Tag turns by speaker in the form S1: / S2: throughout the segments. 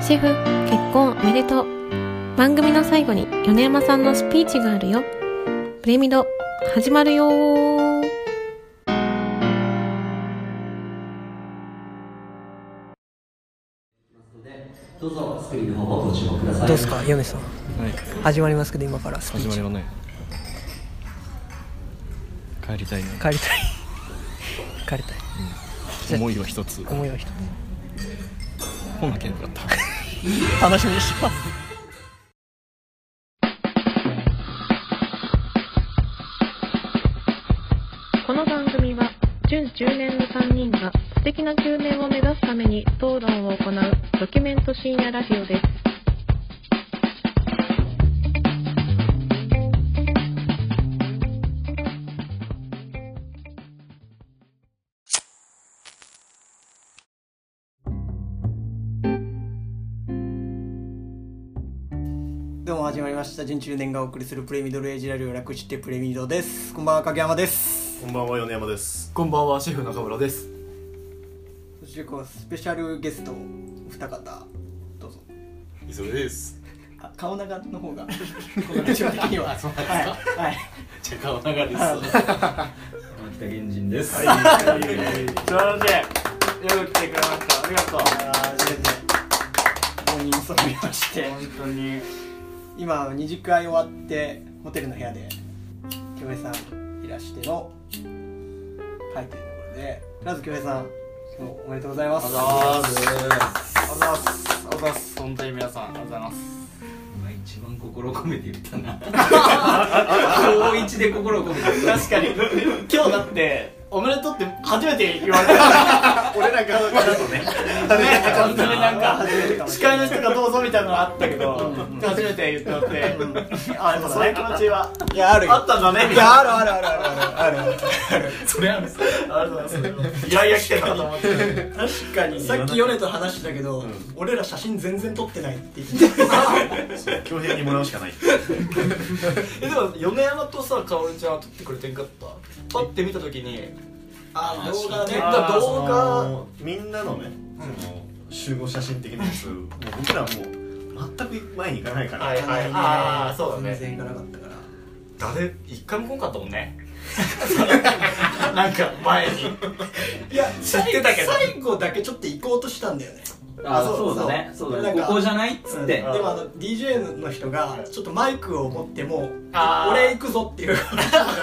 S1: シェフ、結婚おめでとう。番組の最後に米山さんのスピーチがあるよ。プレミド、始まるよー。
S2: どうぞスクリーンの方をご注目ください。
S3: どうですか、ヨネさん。
S4: はい、
S3: 始まりますけど、今からスピー
S4: 始
S3: チ
S4: まりはない。帰りたいね。
S3: 帰りたい。帰りたい。
S4: 思いは一つ。
S3: 思いは一つ。
S4: 本なけなかった。
S3: 楽しみにします。
S1: この番組は準10年の3人が素敵な9年を目指すために討論を行うドキュメント深夜ラジオです
S5: どうも始まりました準中年がお送りするプレミドルエイジラジオ略してプレミドですこんばんは影山です
S6: こんばんは米山です。
S7: こんばんはシェフ中村です
S5: そしてこうスペシャルゲストお二方どうぞ
S6: 磯部です。
S5: あ顔長の方が この立場的に ははい、はい、
S6: じゃ川永です。
S2: 北源人です。
S6: 素晴らしい。よく来てくれました。ありがとう。
S5: あー全然5人揃いまして
S6: 本当に。
S5: 今二次会終わってホテルの部屋で京平さんいらしての会というところでとりあえず京平さん今日おめでとうございます
S6: ありがとうございます。ありがとうございます。本当に皆さんありがとうございます。
S2: 今一番心を込めて言ったな。高一で心を込めて言っ
S6: 確かに今日だっておめでとうって初めて言われた。俺ら側からとね。ね本当になんか。司会の人がどうぞみたいなのあったけど、初めて言ってもらって、あ、でもそういう気持ちは、
S5: いやあるよ
S6: あったんだね、
S5: いやあるあるあるあるあるある
S6: ありがとうございます。いやいや来てたと思って。
S5: 確かにさっきヨネと話してたけど、俺ら写真全然撮ってないって言って
S6: 強兵にもらうしかない。
S7: えでも米山とさかおりちゃんは撮ってくれてんかったパッて見た時に
S5: あー動画ね
S7: あー動画
S6: そのみんなのね、その集合写真的なやつもう僕らもう全く前に行かないから、
S7: はいはいあーそうだね
S5: 全然いかなかったから
S7: 誰一回も来んかったも んねなんか前に
S5: いや
S7: 知ってたけど
S5: 最後だけちょっと行こうとしたんだよね
S2: た。あ、そうだね。そうだね。ここじゃないっつって
S5: で。もあの DJ の人がちょっとマイクを持っても
S7: あー
S5: 俺行くぞっていう話だか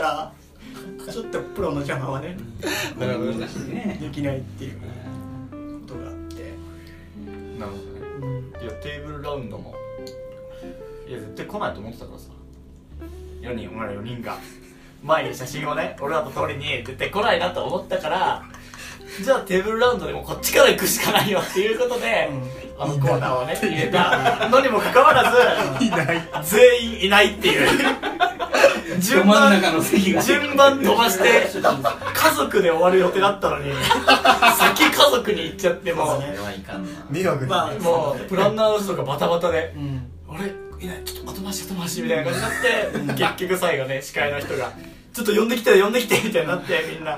S5: らちょっとプロの邪魔はね
S7: なるほどね
S2: ね。
S5: できないっていうことがあって
S7: なるほどねいやテーブルラウンドもいや絶対来ないと思ってたからさ4人お前ら4人が前に写真をね俺らと撮りに絶対来ないなと思ったからじゃあテーブルラウンドでもこっちから行くしかないよっていうことで、あのコーナーをね入れたのにもかかわらずいない全員いないっていう
S2: ど
S7: 順
S2: 真ん
S7: 番
S2: 中の席が。
S7: 順番飛ばして家族で終わる予定だったのに先家族に行っちゃってもう
S2: それはいかんな。
S6: 迷惑
S5: まあ
S7: もうプランナーの人がバタバタで
S5: うん
S7: 「あれいないちょっと後回し後回し」みたいな感じになって結局最後ね司会の人が「ちょっと呼んできて呼んできて」みたいにな ってみんな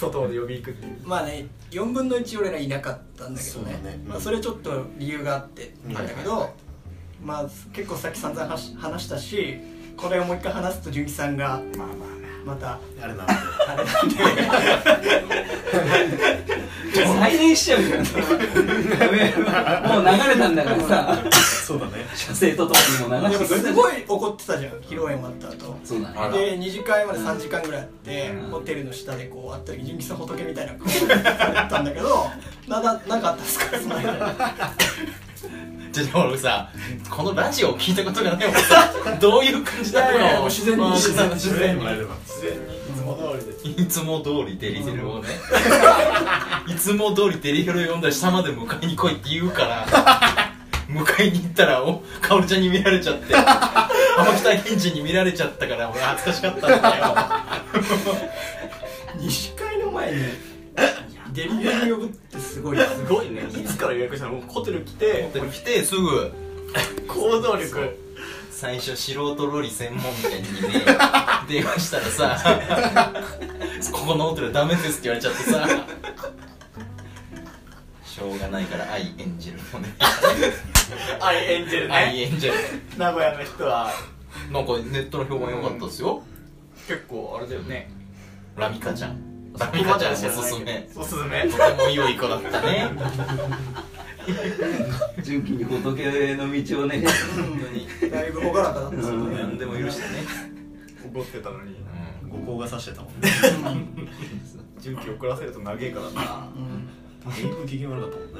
S7: 外まで呼び行くっていう
S5: まあね4分の1俺らいなかったんだけど
S6: そ
S5: ね
S6: うだねうん
S5: まあ、それちょっと理由があって
S6: うん
S5: なんだけど、まあ結構さっき散々話し話したしこれをもう一回話すと純喜さんが
S7: まあまあ
S5: また
S6: あれなんで
S5: あれなんで
S2: 再燃しちゃうじゃん。もう流れたんだからさ。
S6: そうだね
S2: 射精とともにも
S5: でも
S2: 流れてくれ
S5: す
S2: た。
S5: ごい怒ってたじゃん披露宴終わった後
S2: そうだね。
S5: で2次会まで3時間ぐらいあって、
S2: うん
S5: ホテルの下でこう会った時純喜さん仏みたいな顔だったんだけどなななかったっすからその間
S8: じゃあ俺さこのラジオを聞いたことがない俺さどういう感じだった
S5: いやいや
S8: の
S5: もう自然に
S8: まあ
S5: 自然に
S8: 自然に
S6: 自然にいつも通りで
S8: いつも通りデリヘルをねいつも通りデリヘルを呼んだら下まで迎えに来いって言うから迎えに行ったらおかおるちゃんに見られち ゃって天北源氏に見られちゃったから俺恥ずかしかったんだ よ
S5: 2次会の前にデリヘル呼ぶってすごいな
S7: すごいねいつから予約したのもうホテル来て
S8: でも来てすぐ
S7: 行動力
S8: 最初素人料理専門店に ね電話したらさ「ここのホテルダメです」って言われちゃってさしょ
S9: 郎がないから愛エンジェルもね
S8: アイエンジェル
S9: 愛
S8: ね
S9: エンジェル
S8: 名古屋の人は
S9: なんかネットの評判良かったですよ、
S8: 結構あれだよね
S9: ラミカちゃんラミカちゃんおすすめ
S8: おすすめ
S9: とても良い子だったね
S2: 純喜に仏の道をね
S9: 本当に
S5: だいぶ朗らかだった
S2: うん
S9: 何でも許してね、
S8: 怒ってたのに
S9: う
S7: 五行が指してたもんね
S8: 準備遅らせると長えからな
S7: だいぶ機嫌悪かったもんね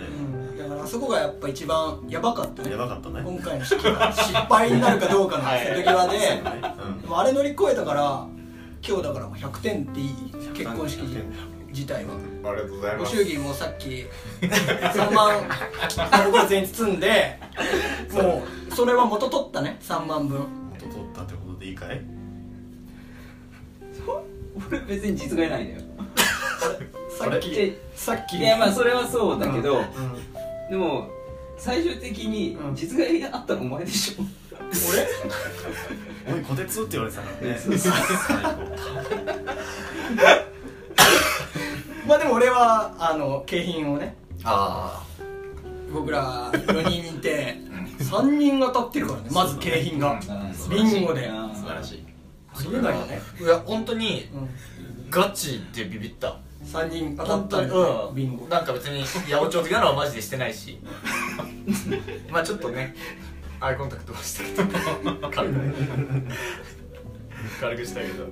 S5: うんだからあそこがやっぱ一番やばかったね
S7: やばかったね
S5: 今回の式が失敗になるかどうかの瀬戸際で、
S7: うん
S5: でもあれ乗り越えたから今日だからもう100点っていい結婚式自体は
S8: ありがとうござい
S5: ご
S8: ます
S5: 祝儀もさっき3万丸ごに包んでもうそれは元取ったね3万分
S7: 元取ったってことでいいかい
S2: 俺別に実害ないのよ
S5: さっき
S2: え
S5: さっき
S2: いやまあそれはそうだけど、
S5: うん
S2: でも最終的に
S5: うん
S2: 実害があったのお前でしょ
S7: おいこてつって言われてたからね
S5: まあでも俺はあの景品をね
S9: あ
S5: 僕ら4人いて3人が立ってるからねまず景品が
S9: あ素晴
S5: ビ
S9: らしい
S5: ンゴであ
S9: 素晴らしい
S5: りえないよね
S8: いや本当に
S5: うん
S8: ガチでビビった
S5: 3人当た
S8: 本
S5: った
S8: 当に
S5: んだ
S8: う
S5: よ
S8: ん
S5: ビンゴ
S8: なんか別に八百長的なのはマジでしてない しまあちょっとねアイコンタクトはしたけど軽くね軽くしたけど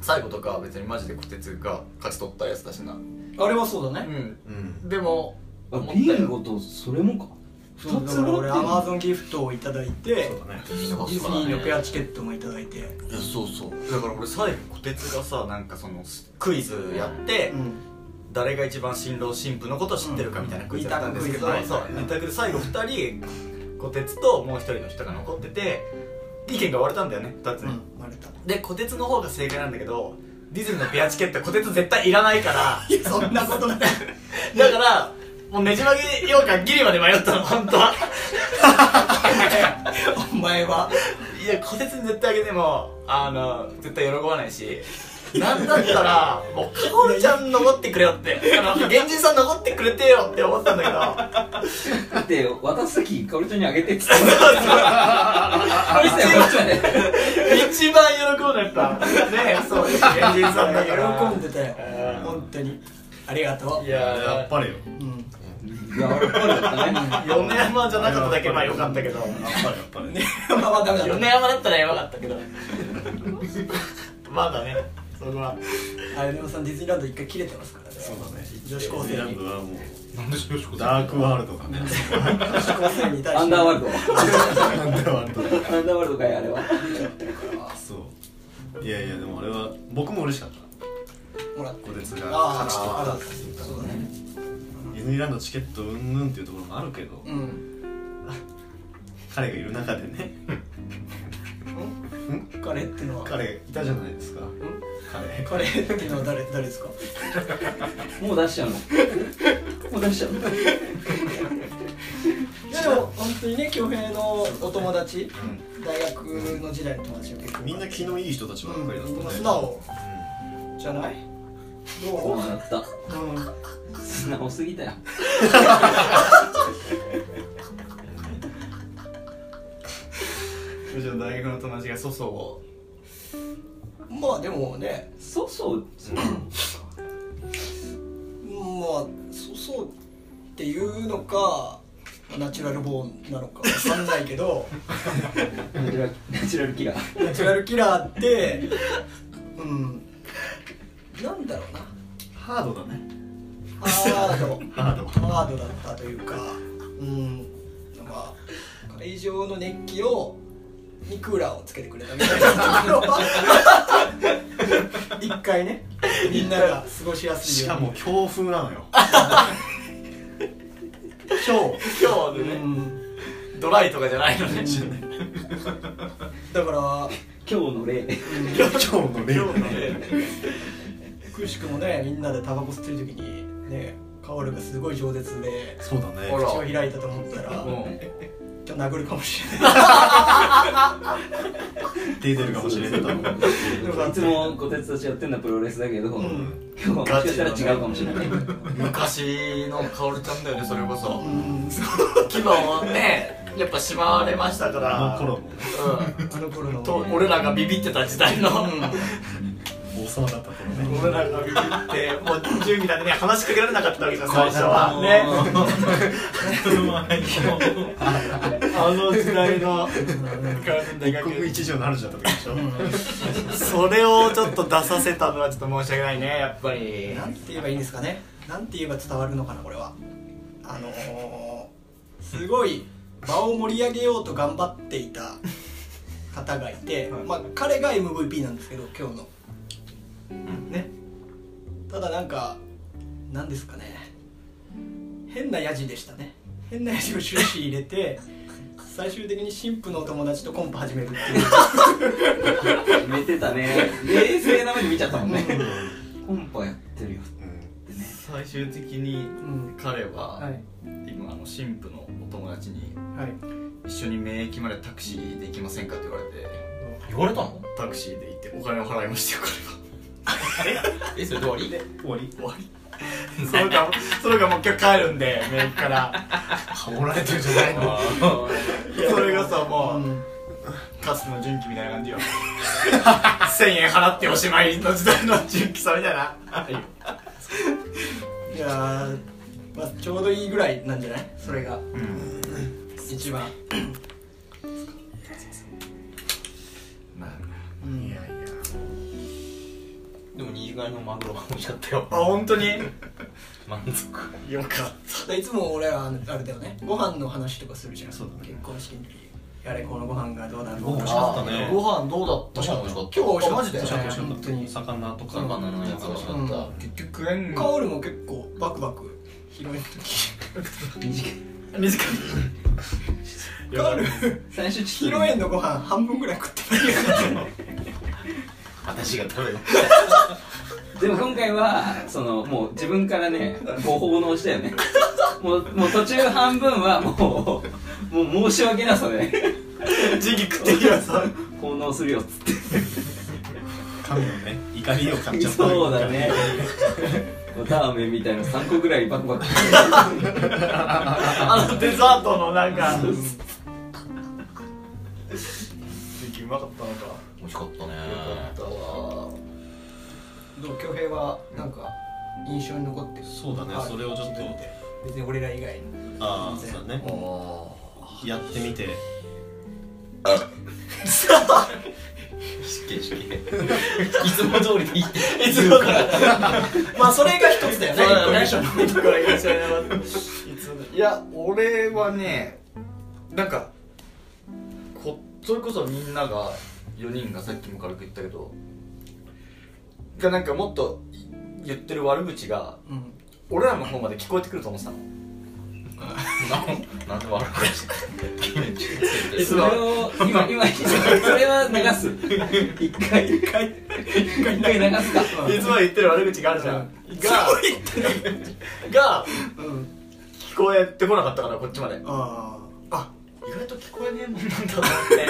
S8: 最後とかは別にマジでこてつが勝ち取ったやつだしなう
S5: あれはそうだね
S8: ん
S7: うん
S8: でも
S2: あ
S8: 思った
S2: ビ
S8: よ
S2: ンゴとそれもか
S5: そう
S2: 二
S5: だ
S2: つ
S5: から
S2: も
S5: 俺アマゾンギフトをいただいて
S7: そうだね
S8: いい
S5: ディズニー
S8: のが
S5: のペアチケットもいただいて
S8: いやそうそうだから俺最後こてつがさなんかそのクイズやって、
S5: うん
S8: 誰が一番新郎新婦のことを知ってるかみたいなクイズだったんですけど、
S5: うん二択クイズ
S8: そう
S5: はい
S8: 二択で最後2人こてつともう一人の人が残ってて意見が割れたんだよね2つ
S5: う
S8: に、
S5: ん割れた
S8: でこてつの方が正解なんだけどディズニーのペアチケットこてつ絶対いらないから
S5: いやそんなことない
S8: だからもうねじ曲げようかギリまで迷ったの本当は
S5: お前はい
S8: やこてつに絶対あげてもあの絶対喜ばないしなんだったらもうかおるちゃん残ってくれよってあの源氏さん残ってくれてよって思ったんだけど
S2: だって渡す時かおりちゃんにあげてっつってあれだよかおりちゃんね
S8: 一番喜ぶのやっぱねそうですエンジンさんだから
S5: 喜んでたよ本当にありがと
S8: いやー
S7: やっぱりよ
S5: うん
S2: いやあれっぽいだったね
S8: 米山じゃなかっただけまあよかったけど
S7: やっぱりやっぱりね
S5: まあダメだっ
S8: 米山だったらやばかったけど まだねそこは
S5: たあれでもさんディズニーランド一回切れてますからね
S7: そうだね
S5: 女子高
S7: コー
S5: 生
S7: セラ
S5: に
S7: ンドはもう
S9: なんでしょよしこ
S7: ダークワールドがね
S5: 女子高生に対して
S2: アンダーワー
S5: ル
S2: ル
S7: なんだワールド
S2: ドアンダーワールドかいあれは
S7: そういやいやでもあれは僕も嬉しかった
S5: ドもらって
S7: こてつが
S5: あ
S7: 勝ち取
S5: ああら
S7: った
S5: あ
S7: っ
S5: ら
S7: ていうか
S5: そうだね
S7: ディズニーランドチケットうんぬんっていうところもあるけど、
S5: うん
S7: 彼がいる中でね
S5: 彼ってのは
S7: 彼いたじゃないですか彼
S5: 彼ってのは誰誰ですか
S2: もう出しちゃうのもう出しちゃうの
S5: いやでも本当にね恭平のお友達、大学の時代の友達が結構
S7: みんな気のいい人たちばっかりだ
S5: う
S7: った
S5: んみんな素
S7: ね、
S5: 直じゃないど
S2: そう
S5: う
S2: なった
S5: うん
S2: 素直すぎたよ
S8: うちの大学の友達が粗相を
S5: まあでもね
S2: そうそう
S5: まあそうそうっていうのかナチュラルボーンなのかわかんないけ ど
S2: ナチュラルナチュラルキラー
S5: ナチュラルキラーってうんなんだろうな
S7: ハードだね
S5: ハード
S7: ハード
S5: ハードだったというかうんまあ会場の熱気をにクーラーをつけてくれたみたいなところは一回ねみんなが過ごしやす
S7: し
S5: いよ
S7: か
S5: うに
S7: も強風なのよ
S5: 超
S8: 今日
S5: う
S8: でね
S5: ん
S8: ドライとかじゃないのね
S5: だから
S2: 今日の例
S7: 今日のレイ
S8: 今日のね
S5: くしくもねみんなでタバコ吸ってる時にねカオルがすごい饒舌で
S7: そうだ
S8: ほ
S7: ね
S8: ら
S5: 口を開いたと思ったら
S8: うん
S5: ちょ人殴るかもしれない
S7: 手出るかもしれんけど
S2: いつもこてつたちやってんのはプロレスだけど、
S5: ん
S2: 今日はもしかしたら違うかもしれない。
S8: 昔のカオルちゃんだよねそれこそ
S5: うん
S8: 昨日ねやっぱしまわれましたから
S7: あの頃も
S5: あの頃
S8: う
S5: の
S8: んと俺らがビビってた時代の
S7: 王様だった頃ね
S8: 俺らがビビってもう準備だね話しかけられなかったわけじゃん最初
S9: あ
S8: は
S9: の
S8: ね
S9: ーもう
S8: あの時代の大
S7: 一国一城の話だった時でしょ
S8: それをちょっと出させたのはちょっと申し訳ないねやっぱり
S5: なんて言えばいいんですかねなんて言えば伝わるのかなこれはあのー、すごい場を盛り上げようと頑張っていた方がい て、まあ、彼が MVP なんですけど今日のねただなんかなんですかね変なヤジでしたね変なヤジを終始入れて最終的に神父のお友達とコンパ始めるっていう
S2: 見てたね冷静な目で見ちゃったもんねコンパやってるよ
S7: うん
S8: 最終的に
S5: ん
S8: 彼は、
S5: はい
S8: 今あの神父のお友達に
S5: はい
S8: 「一緒に名駅までタクシーで行きませんか?」って言われて
S9: 言われたの
S8: タクシーで行ってお金を払いましたよ
S9: えそれで終 わり
S7: 終わり
S8: 彼は それがそれがもう今日帰るんで名駅から
S7: ハモられてるじゃないの
S8: それがさもう、かつての純喜みたいな感じよ1000円払っておしまいの時代の純喜さんみたいな
S5: いやー、まあ、ちょうどいいぐらいなんじゃないそれが、一番
S7: いやいや
S9: でも二次会のマグロは美味しかったよ
S8: あ本当に
S9: 満足
S8: よかっ
S5: いつも俺はあれだよねご飯の話とかするじゃん
S7: そうだね
S5: 結婚式の時あれこのご飯がどうなる
S7: ご飯美味しかったたね
S8: ご飯どうだっ
S9: 美
S8: た
S9: 味しかっ
S5: 今日美味しかった
S8: マジで
S5: 美味しかった
S7: 本当に魚とか
S9: 魚のやつ美味しかった
S8: 結局縁
S5: カオルも結構バクバク広い
S8: 短い
S5: 時カオル
S2: 最初
S5: 披露宴のご飯半分ぐらい食って
S9: 私が食べる
S2: でも今回はそのもう自分からねこう奉納したよねもうもう途中半分はもうもう申し訳なさね
S8: 純喜食ってきました
S2: 奉納するよっつっ
S7: 神のね怒りを買ってちゃった
S2: そうだねおたあめみたいな3個ぐらいバクバク
S8: あのデザートのなんか純喜うまかったのか
S9: 美味しかったね
S5: どう恭平はなんか印象に残ってる
S7: そうだねそれをちょっと
S5: 別に俺ら以外の
S7: ああそうだねやってみて
S9: 失敬失敬いつも通りでいいって
S8: いつもから
S5: まあそれが一つだよね
S8: いや俺はねなんかこそれこそみんなが4人がさっきも軽く言ったけどがなんかもっと言ってる悪口が
S5: うん
S8: 俺らの方まで聞こえてくると思ってた の
S9: なんで笑うかし
S8: いつ
S2: それを今今それは流す一回一回一回流すか
S8: いつも言ってる悪口があるじゃん、がが、聞こえてこなかったからこっちまで
S5: ああ
S8: 意外と聞こえねえもんなんだと思って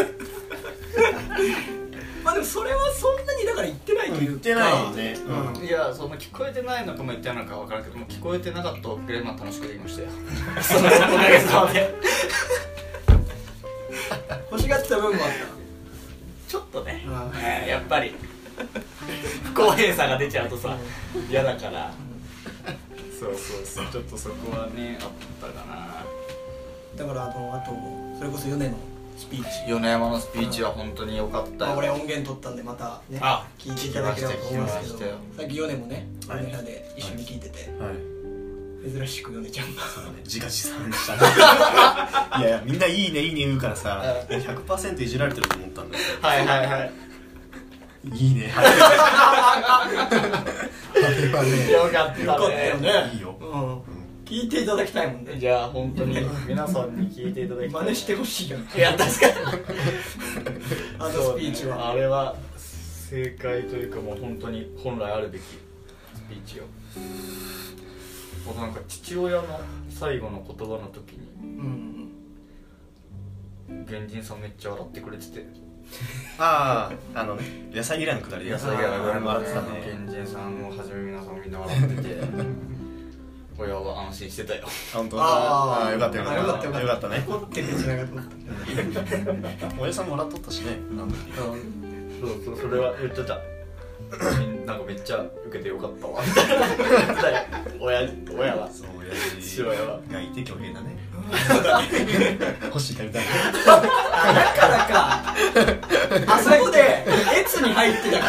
S5: まあでもそれはそんなにだから言ってないというか
S7: 言ってないよね
S5: うん
S8: いやその聞こえてないのかも言ってないのか分からんけどもう聞こえてなかったくらいまあ楽しくできましたよそのおかげさまで
S5: 欲しがってた部分もあった
S8: ちょっとね
S5: あ
S8: ねやっぱり不公平さが出ちゃうとさ嫌だから そうそうそうちょっとそこはねあったかな
S5: だからあのあとそれこそ米のスピーチ、
S8: 米山のスピーチは本当に良かった
S5: まあ、
S8: よ
S5: 俺音源取ったんでまたね
S8: あ
S5: 聞いていただければと思います
S8: 聞きまし
S5: け
S8: た
S5: ど
S8: よ
S5: さっき米もね
S7: はい
S5: 俺らで一緒に聞いてて、
S7: はい
S5: 珍しく米ちゃんが
S7: 自画自賛したねいやいやみんないいねいいね言うからさ100%いじられてると思ったんだけ
S8: はいはいはい
S7: どいいねあれはね
S8: よかったね
S7: いいよ
S5: うん聞いていただきたいもんね
S8: じゃあ本当に皆さんに聞いていただきたい
S5: 真似してほしいよね
S8: いや確かに
S5: あのスピーチは、
S8: あれは正解というかもう本当に本来あるべきスピーチを僕なんか父親の最後の言葉の時に
S5: うん
S8: 原人さんめっちゃ笑ってくれてて
S7: あああのね野菜嫌いのくだり
S8: 野菜が
S7: 俺も笑っ
S8: 笑っ
S7: てて
S8: た
S7: た
S8: ね
S7: ね
S8: 原人さんをはじめ皆さんみんな笑っ てて親は安心してたよ
S7: あ本当
S5: あー
S7: あーよかったよか
S5: よかっ
S7: ったた
S5: よかった
S7: よかったね
S5: 怒ってるんじゃなかと思った
S7: おやさんもらっとったしねなんだっけ
S8: そうそうそれは言ってたみんなんかめっちゃ受けてよか ったわみたいな言ってたよ親親は
S7: そう親父
S8: 父親は
S7: がいて挙兵だね欲しい食べたい
S5: あそこで越に入ってたか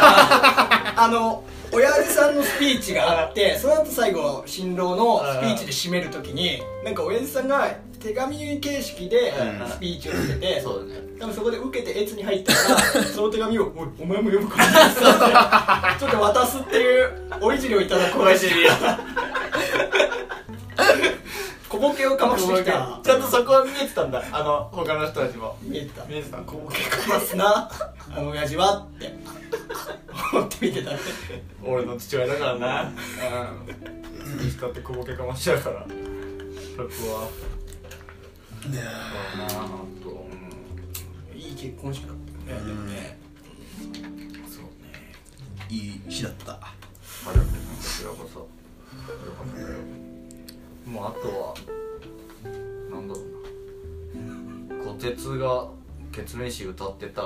S5: らあの親父さんのスピーチがあってその後最後新郎のスピーチで締めるときになんか親父さんが手紙形式で
S7: うん
S5: スピーチをしてて、
S8: そうだね
S5: 多分そこで受けて越に入ったからその手紙を「おいお前も読むから」ってさちょっと渡すっていうおいじりをいただくおいじり小ボケをかましてきた
S8: ちゃんとそこは見えてたんだあの他の人たちも
S5: 見えてた
S8: 見えてたこう
S5: かますなあの親父はって思って見てたって
S8: 俺の父親だからなうんいい人って小ボケかましちゃうからそこはそうだなあとうん
S5: いい結婚式だったねでもね
S8: そうね
S7: いい日だった
S8: あれはねこちらこそよかったよもうあとはなんだろうな虎鉄がケツメイシ歌ってた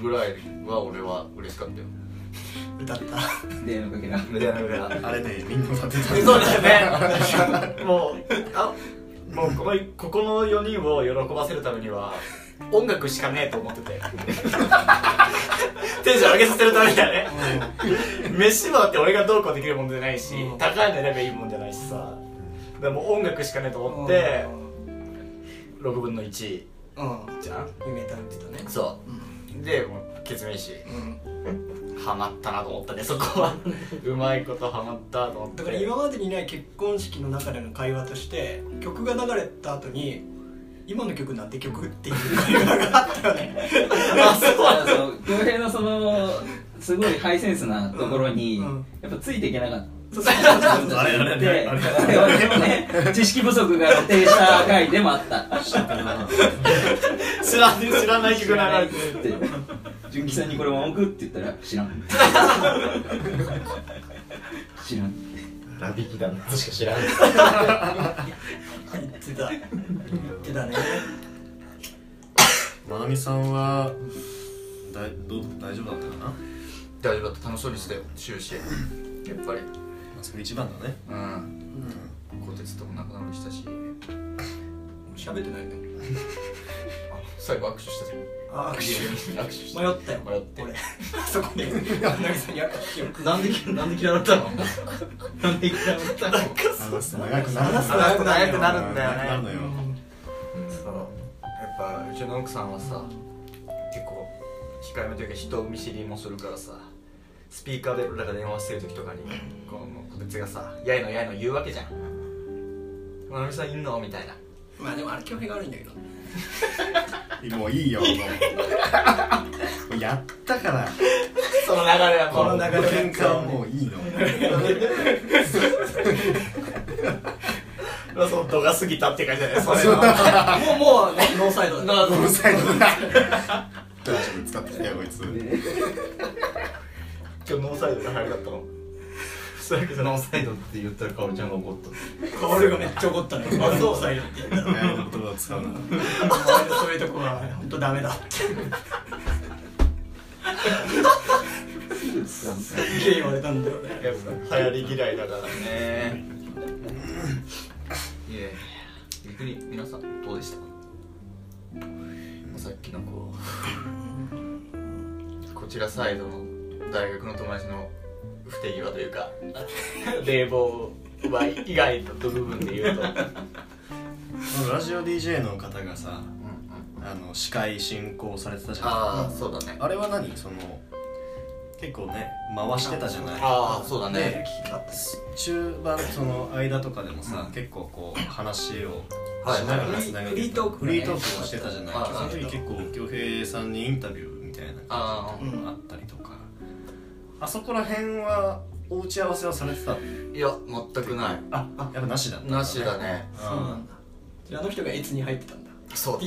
S8: ぐらいは俺は嬉しかったよ
S5: 歌った
S2: でのかけら
S8: 無駄な無駄
S7: あれでみんな歌ってた
S8: そうですねもうあもうこのここの4人を喜ばせるためには音楽しかねえと思って てテンション上げさせるためにはね飯はだって俺がどうこうできるもんじゃないし、
S5: うん
S8: 高いのやればいいもんじゃないしさだからもう音楽しかねえと思って6分の1
S5: うん
S8: じゃん
S5: 夢歌ってたね
S8: そうでもうケツメイシ
S5: うん
S8: ハマったなと思ったねそこはうまいことハマったと思って
S5: だから今までにない結婚式の中での会話として曲が流れた後に今の曲なんて曲っていう会話があったよね
S2: あそうなんですよ恭平のそのすごいハイセンスなところに、
S5: うんうん
S2: やっぱついていけなかった
S5: そうそうそうそう
S7: あれあれあれ
S2: で
S7: あ
S2: 我
S7: れ
S2: 々もね知識不足が露呈した回でもあった
S8: 知らん知らない曲流れてる
S2: って純喜さんにこれ文句って言ったら知らん知らん
S9: ラビキだなしか知らん
S5: 言ってた言ってたね
S7: まなみさんはだいどう大丈夫だったかな、ま
S8: 大丈夫だった楽しそうにしてたよ終始やっぱり
S7: あ、それ一番だね
S8: うん虎鉄とも仲直りしたし
S5: 喋って ないね
S8: あ最後握手したじ
S5: あ
S8: ゃん
S5: 握手
S8: 握手した
S5: 迷ったよ
S8: 迷って
S5: 俺そこで柳さんに握手しよう
S9: なんでなんで嫌われたのなんで嫌われたの
S7: 話すと長くなる
S5: 話すと長くなる
S8: 長くなるんだよね
S7: 長くなるのよ
S8: そうやっぱうちの奥さんはさ結構控えめというか人見知りもするからさスピーカーで俺らが電話してる時と かにこのこいつがさ「やいのやいの」言うわけじゃん「まなみさんいんの?」みたいな
S5: まあでもあれ興味があるんだけど
S7: もういいよも うやったから
S8: その流れは
S5: この流れ
S7: 喧嘩はもういいの
S8: れその度が過ぎたって感じじゃない それは
S5: もうもうノーサイドだ
S7: うるさいのな大丈夫使ってきたよこいつ
S8: 今日ノーサイドが入りだったのそういうわけじゃない
S9: ノーサイドって言ったらかおりちゃんが怒った
S5: 俺がめっちゃ怒ったのよノーサイドって言ったら
S7: 何の言葉を使うな
S5: そういうとこは本当ダメだってすっげえ言われたんだよね
S8: やっぱ流行り嫌いだからねいえ逆に皆さんどうでしたさっきのこうこちらサイドの大学の友達の不手際というか冷房は以外の部分で言うと
S7: ラジオ DJ の方がさあの司会進行されてたじゃん
S8: ああそうだね
S7: あれは何その結構ね回してたじゃない
S8: ああそうだね
S7: 中盤その間とかでもさ、結構こう話をしながらつなげて
S5: フリートーク
S7: フリートークをしてたじゃない
S8: はい
S7: その時結構恭平さんにインタビューみたいな
S8: あ
S7: 感じのがあったりとかあそこら辺はお打ち合わせはされてた
S8: いや全くない
S7: あやっぱなしだったん
S8: なしだね
S5: そうなんだじゃああの人が越に入ってたんだ
S8: そう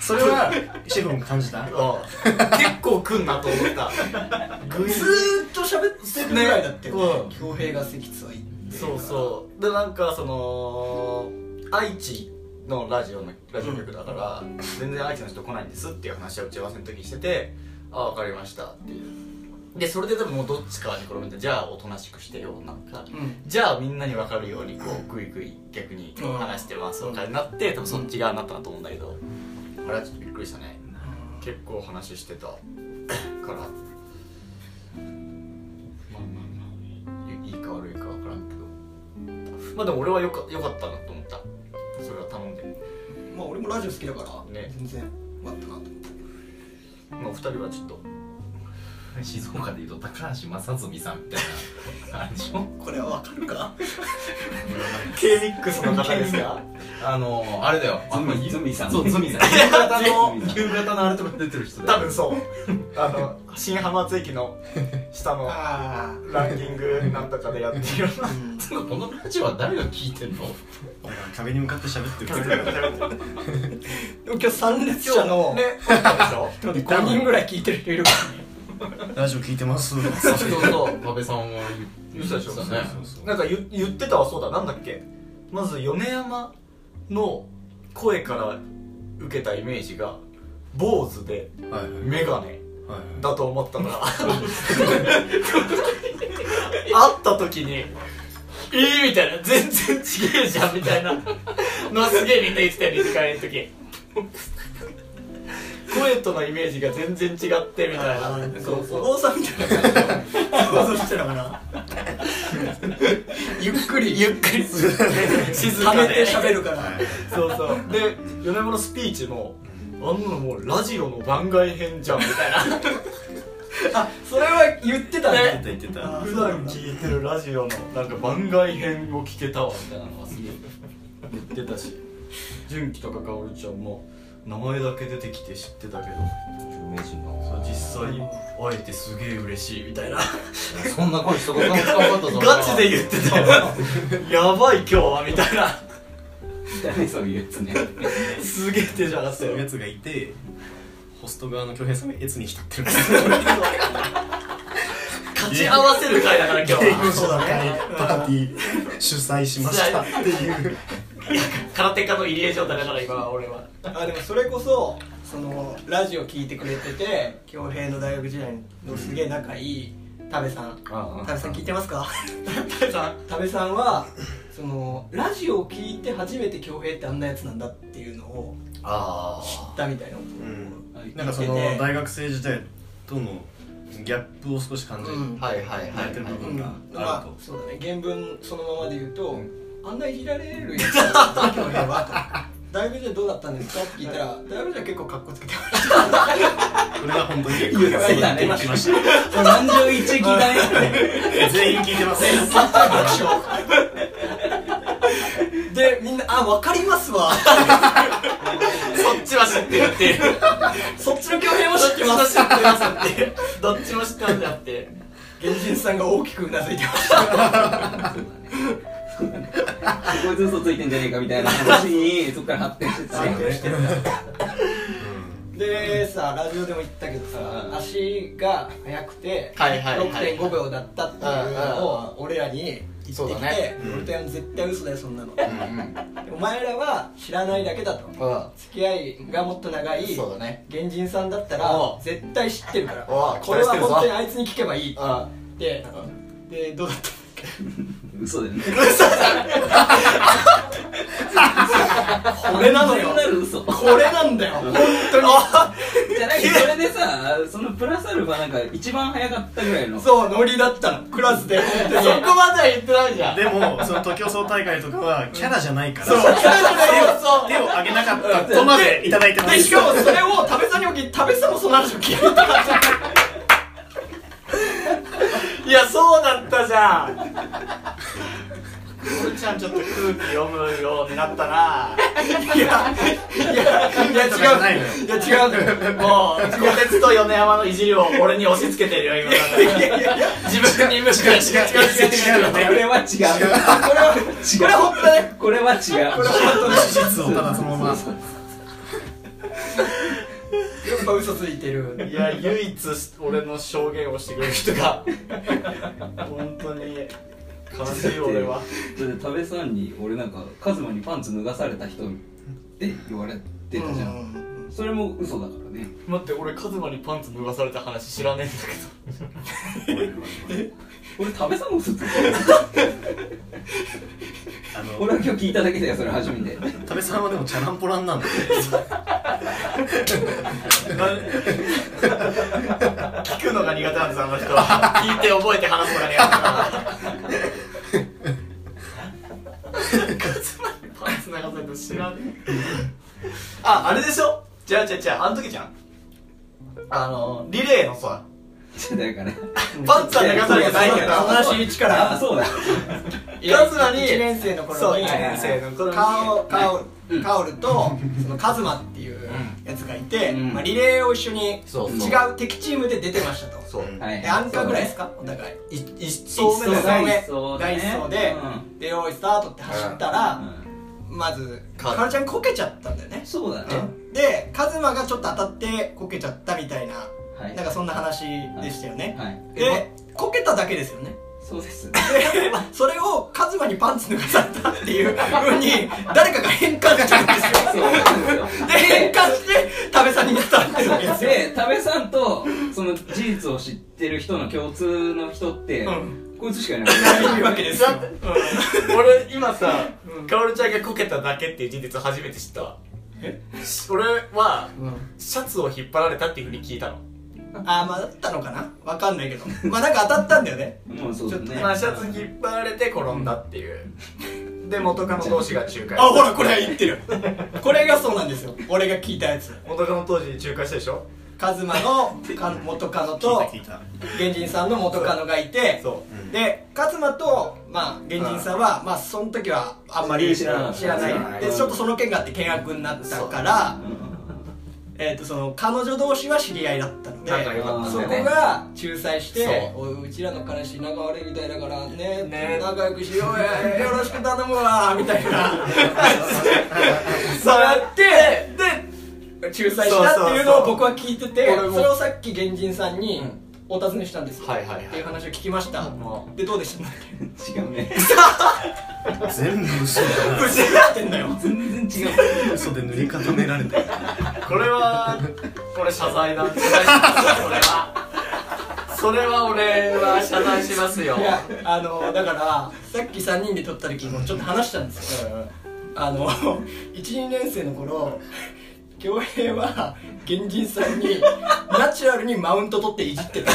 S7: それはシェフも感じた
S8: 結構来んなと思った
S5: ずーっと喋ってるぐらいだって
S8: うん
S5: 恭平が席ついて
S8: そうそうでなんかその愛知のラジオのラジオ局だから、全然愛知の人来ないんですっていう話を打ち合わせの時にしててああ分かりましたっていうでそれで多分もうどっちかに転んでじゃあおとなしくしてよなんか、
S5: ん
S8: じゃあみんなに分かるようにこうグイグイ逆に話してますとかになって多分そっち側になったなと思うんだけど、あれはちょっとびっくりしたね結構話してたからまあまあまあいいか悪いか分からんけどまあでも俺はよかよかったなと思ったそれは頼んで
S5: まあ俺もラジオ好きだから、
S8: ね
S5: 全然終わったなと思って
S8: まあお二人はちょっと
S9: 静岡でいうと高橋正純さんみたいなあれでしょ
S5: これはわかるか
S8: K ミックスの方ですか
S9: あのあれだよあの
S2: ズミさん
S9: そうズ ミさん夕方の
S2: ズミさん
S9: 夕方のあれとか出てる人だ
S8: 多
S9: よ
S8: 分そうあの新浜松駅の下の
S5: ああ
S8: ランキングなんとかでやってるよ うな
S9: つうかこのラジオは誰が聞いてんの
S7: お前壁に向かって喋ってる
S5: でも今日参列者の、
S8: ねあったでし ょ
S5: 5人ぐらい聞いてる人いるか
S7: ラジオ聞いてま
S9: そ
S7: す
S9: うそう安倍さんは言ってたね
S8: なんか言言ってたはそうだなんだっけまず米山の声から受けたイメージが坊主で
S7: はいはい
S8: メガネ
S7: はいはい
S8: だと思った から会った時に「えー、みたいな「全然違えじゃん」みたいなのすげえみんな言ってたよ二次会の時声とのイメージが全然違ってみたいな
S5: ら
S8: そうそう
S5: お坊さんみたいな感じの想像してたからゆっくり
S8: ゆっくりする静
S5: 溜
S8: か
S5: め
S8: で
S5: て喋るから
S7: はい
S8: そうそうで米村のスピーチもあんなのもうラジオの番外編じゃんみたいな
S5: あそれは言ってた
S7: 言っ
S5: ね
S7: てた言ってた
S5: あ
S8: 普段聞いてるラジオのなんか番外編を聞けたわみたいなのがすげえ言ってたし純喜とか薫ちゃんも名前だけ出てきて知ってたけど
S9: 有名人の
S8: そう実際に会えてすげえ嬉しいみたいな
S9: そんな声一言も使わなかったぞ
S8: ガチで言ってたよやばい今日はみたいな
S2: ダメそういうやつね
S8: すげえ手じゃなかった
S7: そう
S8: よ
S7: いうやつがいてホスト側の恭平さんが越に浸ってる
S8: 勝ち合わせる回だから今日は
S7: そうだねパーティー主催しましたっていう
S8: 空手家の入江状態だから今は俺は
S5: あでもそれこそそのラジオ聞いてくれてて恭平の大学時代のすげえ仲いい田部さん
S2: あ
S5: 田部さん聞いてますか
S8: さ
S5: 田部さんはそのラジオを聞いて初めて恭平ってあんなやつなんだっていうのを
S8: あ
S5: 知ったみたいな
S7: うんなんかその大学生時代とのギャップを少し感じ
S5: うん
S8: あはいはい
S7: られてる部分があ
S5: まあ
S7: る
S5: そうだね原文そのままで言うと、あんないじられるやつだ った恭平はと大学時代どうだったんですかって聞いたら大学時代結構かっこつけてま した
S7: とこれが本当に言
S2: 言ってたね
S7: きまし
S2: 満場一致だね
S7: た全員聞いてます
S5: でみんな「あわかりますわ
S8: そっちは知ってるっていう」
S5: そっちの恭平も知ってます
S8: 知ってますっていうどっちも知ってますっていう
S5: 原人さんが大きくうなずいてました
S2: こいつ嘘ついてんじゃねえかみたいな話 にそっから発展してたね
S5: でさラジオでも言ったけどさ足が速くて
S8: はいはいはい
S5: 6.5秒だったっていうのを俺らに言ってきて
S8: そうだね
S5: 俺とやん絶対嘘だよそんなのお前らは知らないだけだと
S8: あ
S5: 付き合いがもっと長い
S8: そうだね
S5: 原人さんだったら
S8: うん
S5: 絶対知ってるから
S8: うん
S5: これは本当にあいつに聞けばいい
S8: あ
S5: ってでどうだった
S2: 嘘だよね
S5: これなのよ
S2: そんなる嘘
S5: これなんだよ本当に
S2: じゃないそれでさそのプラスアルファなんか一番早かったぐらいの
S5: そうノリだったのクラスで本当
S8: そ
S5: に
S8: こまでは言ってないじゃん
S7: でもその東京総大会とかはキャラじゃないから
S8: そう
S7: 手を挙げなかったとまでいただいてま
S5: で、
S7: す
S5: しかもそれを食べさんにおき、食べさんもその話を聞いたからさ
S8: いやそうだったじゃんおちゃんちょっと空気読むようになったな。
S7: いや違うないのよ
S8: いや違うもう小鉄と米山のいじりを俺に押し付けてるよ今自分に向かって違う
S7: 違う違う
S2: これは違うこれは違うこれ本当だねこれは違う
S7: 事実をただそのまま
S5: っぱ嘘ついてる
S8: いや唯一俺の証言をしてくれる人が本当に悲しい俺は
S2: だって多部さんに俺なんかカズマにパンツ脱がされた人って言われてたじゃん、それも嘘だからね
S8: 待って俺カズマにパンツ脱がされた話知らねえんだけ
S2: 俺多部さんも嘘ついてる
S7: あの
S2: 俺は今日聞いただけだよそれ初めて
S7: 多部さんはでもチャランポランなんで
S8: ど聞くのが苦手なんですあの人は聞いて覚えて話すのが苦手なんだカズマにパンツ脱がされた知らねえああれでしょじゃあじゃあじゃああの時じゃんあのリレーのさ
S2: だから
S8: パンツは脱がされてないけど
S5: 悲しい
S2: あ
S5: 力
S2: そうだ
S8: カズマに
S5: 1年生の頃
S8: そう
S5: に
S8: 一年生の頃に
S5: カオカオカオルとそのカズマっていうやつがいて、
S2: うん
S5: まあ、リレーを一緒に違
S8: そう
S5: う敵チームで出てましたと
S8: そう
S2: はい
S5: でアンカーぐらいですかお互いい一
S2: そう
S5: 走
S2: ね
S5: 目と2走目
S2: 一走だ
S5: 第
S2: ね
S5: 一走で「でよーいスタート」って走ったらまず
S8: カ
S5: カ
S8: ズ
S5: ルちゃんこけちゃったんだよね
S2: そうだね
S5: でカズマがちょっと当たってこけちゃったみたいな
S2: はい
S5: なんかそんな話でしたよね
S2: はい
S5: でこけただけです よね
S2: そうです
S5: でそれをカズマにパンツ脱がされたっていうふうに誰かが変換したんですよ
S2: そうなんですよ
S5: で変換して多部さんに伝わってるわけですよ
S2: で多部さんとその事実を知ってる人の共通の人って、こいつしかいない
S5: いいわけですよ
S8: 俺今さ、カオルちゃんがこけただけっていう事実を初めて知ったわ俺は、シャツを引っ張られたっていうふうに聞いたの
S5: あーまあだったのかなわかんないけどまあなんか当たったんだよね
S2: もうそうだね
S8: まあシャツ引っ張られて転んだっていう、で元カノ同士が仲介
S5: あほらこれ言ってるこれがそうなんですよ俺が聞いたやつ
S8: 元カノ当時仲介したでしょ
S5: カズマのか元カノと
S7: 聞いた
S5: 原人さんの元カノがいて
S8: そ
S7: うん
S5: でカズマと、まあ、原人さんは、まあその時はあんまり
S2: 知らなかった
S5: 知らない
S2: 知らない
S5: でちょっとその件があって険悪になったから、えー、とその彼仲良は知り合いだったので
S8: 仲良
S2: かったん
S5: そ
S2: だよ
S5: こ
S2: ね
S5: が仲裁し
S8: そ
S5: て
S8: う
S5: おいうちらの彼氏仲悪いみたいだからね
S8: ね
S5: 仲良くしようやよろしく頼む わみたいな
S8: そうやって
S5: で仲裁したっていうのを僕は聞いてて
S8: そう
S5: そ
S8: そうそう
S5: れをさっき原人さんにお尋ねしたんですよ、
S8: はいはいはい
S5: っていう話を聞きました、
S8: も
S5: でどうで した
S2: 違うね
S7: 全部嘘だ
S5: 無事になってんだ よ
S2: 全然違う
S7: な嘘で塗り固められた
S8: これはこれ謝罪だ謝罪しますそれはそれは俺は謝罪しますよ
S5: いやあのだからさっき3人で撮った時もちょっと話したんですよあの12年生の頃恭平は原人さんにナチュラルにマウント取っていじってた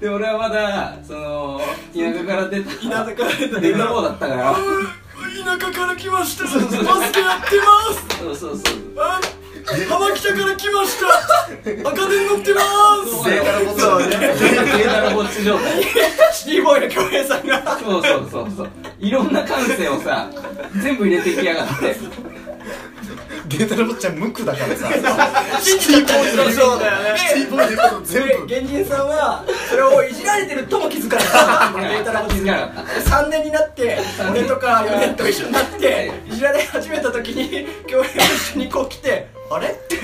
S2: で俺はまだその田舎から出た
S5: 田舎から出た
S2: 出た方だったから
S5: 田舎から来ましたバスケやってます
S2: そうそうそう
S5: あ浜北から来ました赤電乗ってます
S2: そうデータのこっち状態
S5: シティボーイの恭平さんが
S2: そうそうそうそういろんな感性をさ全部入れてきやがって
S7: データの坊ちゃん無垢だからさ
S5: 信じちゃったんですよ
S8: そうだよね
S7: シティボーイの言うこと全部
S5: で原人さんはそれをいじられてるとも気づかなかったデータ ラボ
S2: 気
S5: 気
S2: づ
S5: づ
S2: か
S5: か
S2: な
S5: なか
S2: かっ
S5: った3年になって俺とか4年と一緒になっていじられ始めた時に教平が一緒にこう来てあれってっ
S7: っ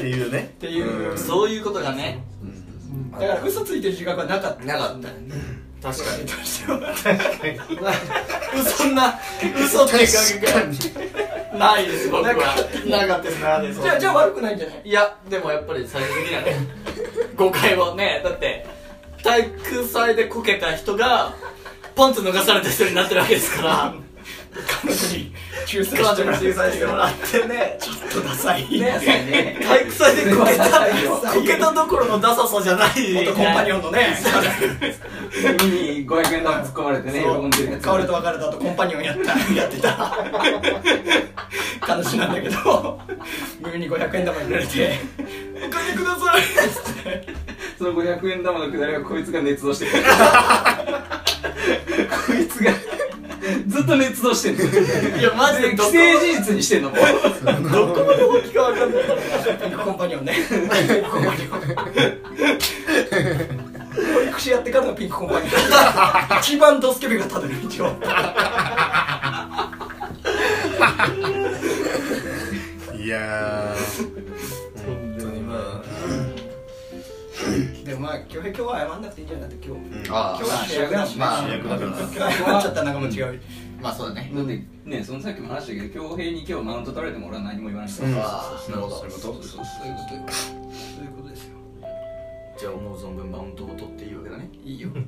S7: ていうね
S5: ていう
S8: そういうことがね
S5: だから嘘ついてる自覚はなかったなかった
S8: 確かに
S5: そんな嘘っていうか
S8: ないです僕はなかったですなかったです
S5: じゃあじゃあ悪くないんじゃない
S8: いやでもやっぱり最終的にはね誤解はねだって体育祭でこけた人がパンツ脱がされた人になってるわけですから
S5: 彼女に仲裁して
S8: 彼女
S5: もらっ
S8: に仲裁してもらってねちょ
S5: ちょっとダサい
S8: ね 体育祭でこけたこけたどころのダサさじゃない
S5: 元コンパニオンのね
S2: 耳に500円玉突っ込まれてね喜んでるやつ
S5: カオルと別れた後コンパニオンやった やってた彼女なんだけど胸に500円玉に入れられて「お金ください」っつって
S2: その500円玉のくだりはこいつが捏造してく るこいつがずっと捏造してる
S8: いやマジで
S2: 既成事実にしてんのもう
S8: どこまで大きかわかんない
S5: コンパニオンねピンクコンパニオン保 育士やってからのピンクコンパニオン一番ドスケベがたどる道を
S7: いやー本当にま
S5: でもまあ今日今日は謝んなくていいんじゃないだって今日今
S7: あ
S9: あ
S5: 日は主役だし
S9: まあ
S7: 主役だから
S5: 今日は謝っちゃった仲間違う
S9: まあそうだね
S2: だってねそのさっきも話したけど恭平に今日マウント取られても俺は何も言わないから
S9: ああなるほど
S5: そういうことよそういうことですよ
S9: じゃあ思う存分マウントを取っていいわけだね
S5: いいよ 言っ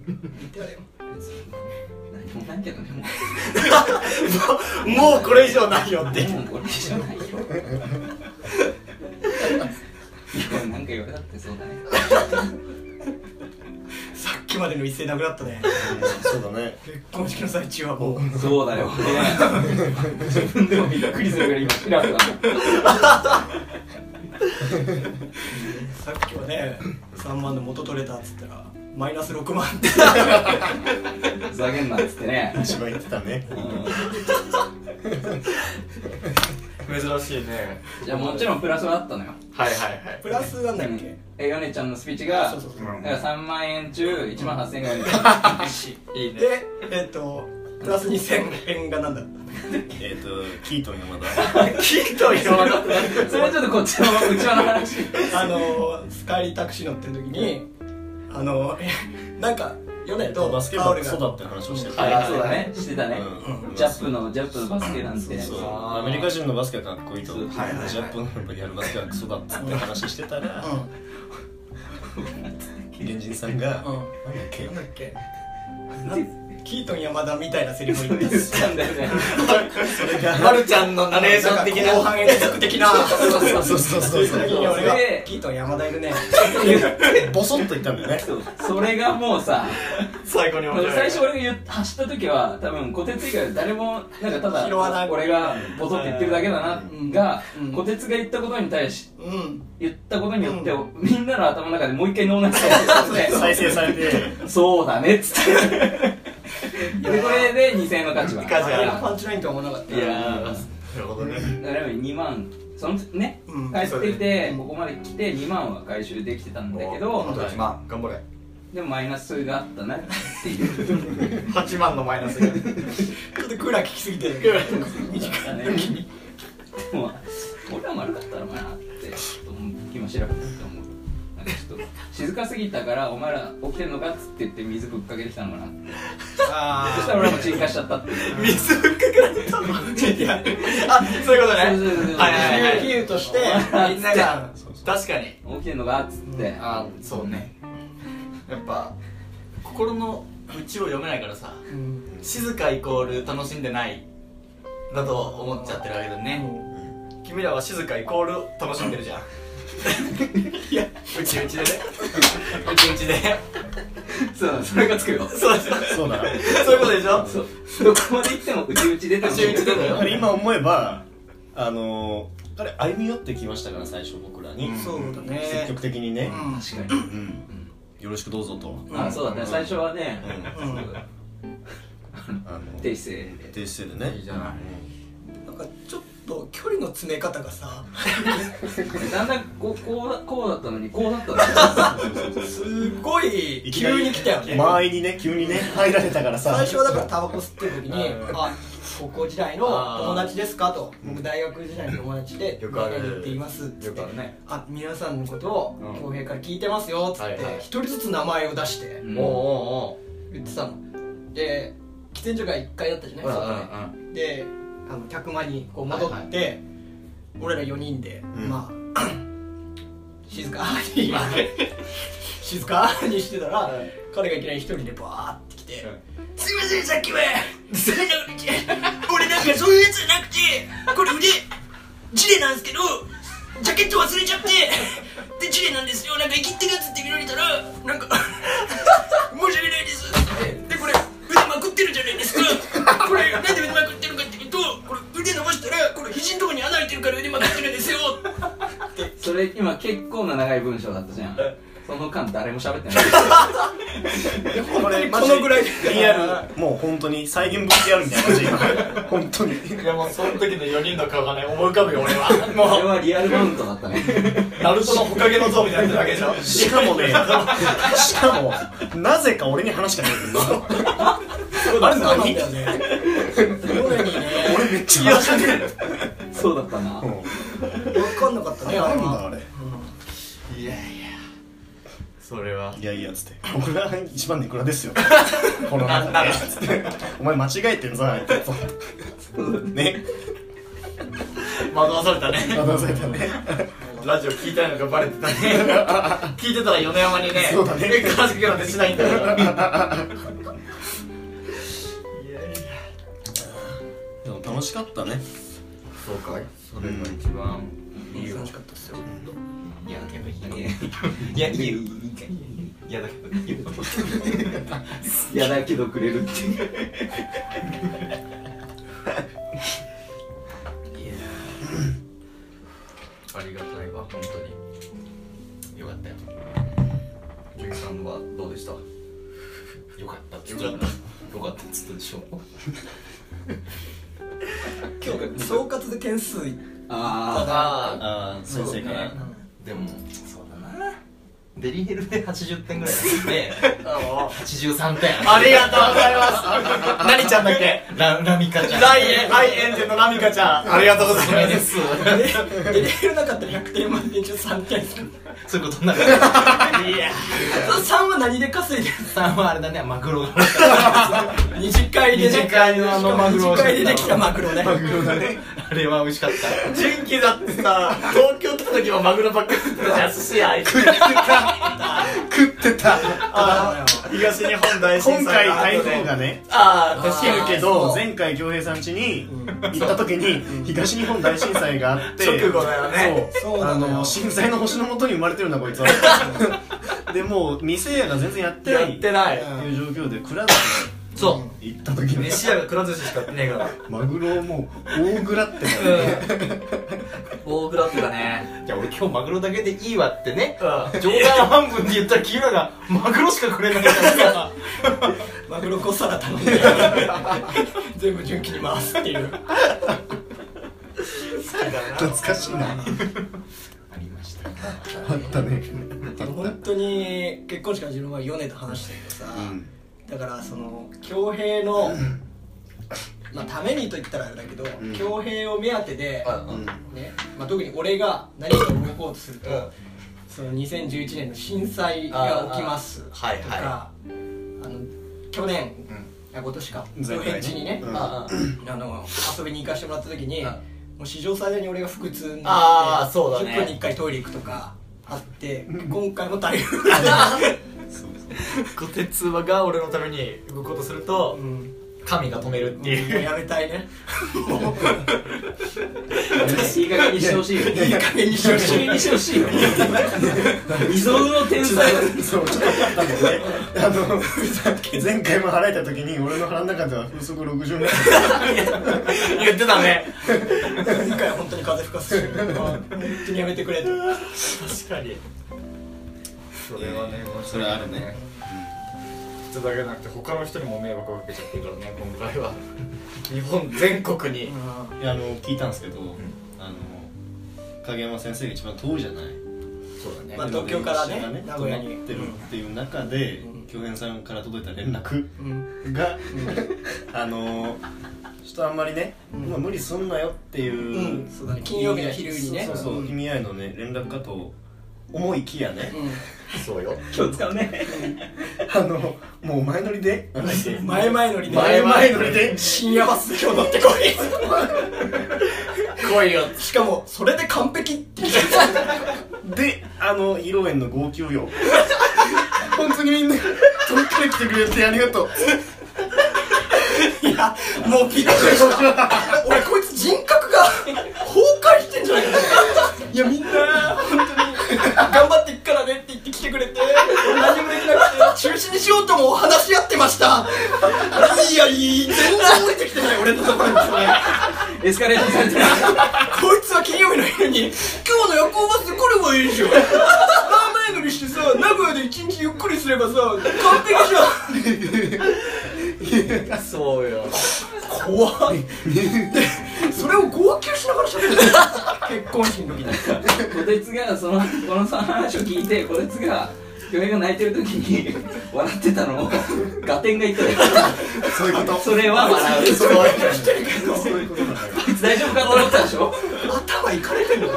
S5: てやれよ別に
S2: 何もないけどねも
S8: もうこれ以上ないよって
S2: うもうこれじゃないよいやなんか言われたってそうだね
S5: さっきまでの一斉なくなったね
S7: そうだね
S5: 結婚式の最中はもう
S2: そうだよね自分でもびっくりするぐらい今キラフだ
S5: さっきはね3万の元取れたっつったらマイナス6万って
S2: なふざけんなっつってね
S7: 一番言ってたね
S8: 珍しいね
S2: じゃあもちろんプラスはあったのよ
S8: はいはいはい
S5: プラスなんだっけ、
S2: えヨネちゃんのスピーチが
S5: そうそうそう
S2: だから3万円中1万8000円がヨネ
S8: いいね
S5: でえっ、とプラス2000円がなんだ
S7: えっとキートン山田
S8: 聞いといよ
S2: それはちょっとこっちの内輪の話
S5: あのスカイタクシー乗ってる時にあのえなんか米と
S7: バスケ
S5: タオ
S7: 部
S5: ル
S7: 育
S5: が
S7: った話をしてる
S2: あそうだねしてたね
S7: うん
S2: ジャップのジャップのバスケなんて
S7: そうアメリカ人のバスケはかっこいいと
S2: そう
S7: ジャンプのやるバスケはクソだっつって話してたら原人さんが
S5: うんうん
S7: なんだっけ
S5: なんだっけなんキートン山田みたいなセリフを言っ
S2: 言った たんだよね
S7: それが
S8: まるちゃんのナレーション的
S5: んか後
S8: な
S5: 半永続的な
S7: そうそうそう そ う
S5: 最近俺が
S2: で
S5: キートン山田いる ね
S7: ボソッと言ったんだよね
S2: そうそれがもうさ
S8: 最後に面白い
S2: 最初俺が言っ走った時は多分小鉄以外は誰もなんかた
S5: 拾わな
S2: だ
S5: い
S2: 俺がボソって言ってるだけだな
S5: うん
S2: が
S5: うん
S2: 小鉄が言ったことに対し
S5: うん
S2: 言ったことによって
S5: う
S2: みんなの頭の中でもう一回脳内再生されて
S7: 再生されて
S2: そうだねっつってでこれで2000円の価値は
S8: 価
S5: あ
S8: 値
S5: れ
S8: は
S5: が パンチラインとは思わなかった
S2: いや
S8: なるほどね
S2: ーだから2万そのね
S5: うん
S2: 返ってきて
S5: うん
S2: ここまで来て2万は回収できてたんだけど
S8: あと1万頑張れ
S2: でもマイナスがあったなっていう
S8: 8万のマイナスが
S5: ちょっとクーラー効きすぎてる
S2: 短いねでも俺は悪かったのかなってちょっと今調べてて思うなんかちょっと静かすぎたからお前ら起きてんのかっつって言って水ぶっかけてきたのかなってそしたら俺も鎮火しちゃったっていう
S8: 水ぶっかけられたのあそういうことね
S2: そうそうそう
S8: はいはいはい
S5: 比喩として
S8: みんなが確かに
S2: 起きてんのかっつって
S8: あそうねやっぱ心の内を読めないからさ
S5: うん
S8: 静かイコール楽しんでないだと思っちゃってるわけだね君らは静かイコール楽しんでるじゃんいやうちうちでねうちうちで
S2: そうそれがつくよ
S8: そうそう
S7: そうだな
S8: そういうことでしょ
S2: そうどこまで行ってもうちうち出て
S8: うちうちでだよ
S7: あれ今思えばあのー彼歩み寄ってきましたから最初僕らに
S5: そうだね
S7: 積極的にね
S5: うん
S2: 確かに
S7: うんよろしくどうぞと
S2: あそうだね最初はね
S7: う
S5: うん
S7: あの
S2: 低姿勢で
S7: 低姿勢でね
S8: いいじゃない
S5: なんかちょっと距離の詰め方がさ
S2: だんだんこうこうこうだったのにこうだったのに
S5: すごい
S7: いきなり
S5: 急に来たよね
S7: 間合いにね急にね入られたからさ
S5: 最初はだからタバコ吸ってる時に
S7: う
S5: 「あ高校時代の友達ですか?」と「僕大学時代の友達で
S8: よくある
S5: 何々って言います」っつって
S8: ね
S5: 「あ皆さんのことを
S8: うん
S5: 恭平から聞いてますよ」っつっ
S8: は
S5: て
S8: いはい
S5: 一人ずつ名前を出して
S2: うん
S8: おうおうお
S5: 言ってたので喫煙所が1階だったじゃないうです
S8: うん
S5: かねであの客間にこう戻って、俺ら4人で、
S7: うん
S5: まあ 静かに 静かにしてたら、彼がいきなり一人でバーって来て「すいませんさっきは最後の道俺なんかそういうやつじゃなくてこれ腕ジレなんですけどジャケット忘れちゃってでジレなんですよなんか生きってるやつって見られたらなんか 申し訳ないですってでこれ腕まくってるじゃないですかこれなんで腕まくってるかっていうとこれ腕伸ばしたらこれ肘のとこに穴開いてるから腕まくってるんですよ
S2: それ今結構な長い文章だったじゃんその間誰も喋ってない
S7: これマジ
S5: このぐらい
S7: リアルもう本当に再現 VTR みたいな感じ今本当に
S8: いやもうその時の4人の顔がね思い浮かぶよ俺は
S2: これ
S8: も
S2: はリアルマウントだったね
S8: うナルトのほかげの像みたいなやつだけでしょ
S7: しかもねしかもなぜか俺に話しかないんだあれ
S5: そうなん
S7: 何
S5: だよね。夜にね、
S7: 俺めっちゃ話しかける
S2: そうだったな
S7: うん
S5: 分かんなかったね。
S7: なん
S5: あれは
S7: だあれ
S8: いやいやそれはい
S7: やいやつって僕が一番ネクラですよこの
S8: な
S7: 中
S8: ん
S7: で
S8: だ
S7: つってお前間違えてんぞあいつね
S8: 惑わされたね
S7: 惑わされたね
S8: ラジオ聞いたいのがバレてたね 聞いてたら米山にね
S7: そうだね
S8: え片付けなんてしないんだから
S7: でも楽しかったね
S8: そうかそれが一番いいよ楽しかったっすよいやだけどいいね
S2: いやいやい
S8: いやだけどいいよ
S2: やだけどくれるっていう
S8: ありがたいわ本当によかったよジュンさんはどうでした
S9: よかったっつったよかったっつったでしょ
S5: 今日総括で点数いっ
S2: あ
S8: あ
S7: ああ先生から
S9: でもそうだなデリヘルで80点ぐらいだって83点
S8: ありがとうござい ます何ちゃんだっけ
S9: ララミカちゃん
S8: ライエンライエンジェのラミカちゃんありがとうござい
S9: ごめん
S8: ま
S9: ですす
S5: て出れるなかったら100点満点中3点する
S9: そういうことになる3
S8: いや
S5: 3は何で稼いでる
S9: はあれだねマグロが
S5: 二次会でね
S9: 二次会のあのマグロ
S5: 二次会でできたマグロね
S9: あれは美味しかった
S8: 純喜だってさ東京来た時もマグロばっかり食ってたじゃん寿司屋行って
S7: 食ってた
S8: あー東日本大震
S7: 今
S8: 災
S7: 回
S8: の
S7: 台
S8: 後で
S7: 風がね
S8: ああ
S7: 来
S8: 確
S7: てる
S8: かに
S7: け
S5: そ
S7: ど
S5: う
S7: 前回京平さん家に行った時に東日本大震災があって
S8: 直後だよね
S7: そ
S5: そう
S7: う
S5: な
S7: あ
S5: のよ
S7: の震災の星のもとに生まれてるんだこい つはでもう店屋が全然やってない
S8: やってない
S7: っていう状況で蔵だ
S8: そ
S7: 行った時
S8: う
S7: に
S8: 飯屋がくら寿司しか売ってねえから
S7: マグロをもう大蔵ってもうね
S8: 大蔵ってだね
S9: じゃあ俺今日マグロだけでいいわってね
S8: うん
S9: 冗談半分で言ったら木浦がマグロしかくれなかったから
S5: マグロ5皿頼んで全部純喜に回すっていう
S7: 懐かしいなあ
S9: ありました
S7: ったね
S5: 本当に結婚式始める前米と話してるけどさ、だからその恭平の、まあ、ためにと言ったらあれだけど
S7: ん
S5: 恭、平を目当てで、
S7: うん
S5: ねまあ、特に俺が何かを動こうとすると、
S8: うん
S5: その2011年の震災が起きますとか
S8: あーはい
S5: あの去年、あ今年か
S7: 前
S5: 上
S7: 回ね
S5: 辺地にね、
S7: うん
S8: あ
S5: あの遊びに行かせてもらった時に、
S8: うん
S5: もう史上最大に俺が腹痛になって
S8: あーそうだね
S5: 10分に1回トイレ行くとかあって今回も台 風
S8: 小鉄はが俺のために動こうとすると
S5: うん
S8: 神が止めるって
S5: も
S8: いう
S5: うやめたいね
S2: いい加減にしてほしいよ
S5: いい加減にしてほしい
S2: にしてほしいよ未曾有の天才
S7: そうちょっとあったんだよねあの 前回も払えた時に俺の腹の中では風速60メー
S8: 言ってたね
S5: 今回は本当に風吹かすし本当にやめてくれと
S8: 確かにそれはね
S7: それあるね
S8: 人だけじゃなくて他の人にも迷惑をかけちゃってるからね今回は日本全国に
S7: トルいやあの聞いたんですけどあの影山先生が一番遠いじゃない
S8: そうだね
S5: まあ東京からね名古屋に
S7: 泊まってるっていう中で京平さんから届いた連絡
S5: うん
S7: が あのちょっとあんまりね、まあ、無理すんなよっていうう、
S5: んそうだね金曜日の昼にね
S7: そうそうそううん君愛のね連絡かと思いきやね、
S8: そうよ
S2: 気を使うね
S7: あのもう前乗りでなんだっけ
S5: 前々乗りで
S7: 前々乗りで
S5: 深夜バス今日乗ってこ
S8: 来いよ
S5: いしかもそれで完璧って
S7: であの披露宴の号泣よ本当にみんな遠くから来てくれてありがとう
S5: いやもうびっくりした 俺こいつ人格が崩壊してんじゃないかいやみんな本当に頑張っていくからねって言って来てくれて何もできなくて中止にしようとも話し合ってましたいやいい全然降りてきてない俺のところにそれ
S2: エスカレーションされてる
S5: こいつは金曜日の昼に今日の夜行バスで来ればいいでしょ名前乗りしてささ名古屋で一日ゆっくりすればさ完璧じゃんそうよ怖っでそれを号泣しながら喋る結婚式の時に
S2: こてつがそのこの話を聞いてこてつが嫁が泣いてる時に笑ってたのをガテンが言った
S7: そういうこと
S2: それは笑う
S7: それは
S2: そういうことあいつ大丈夫かと思ったでしょ
S5: 頭いかれてるの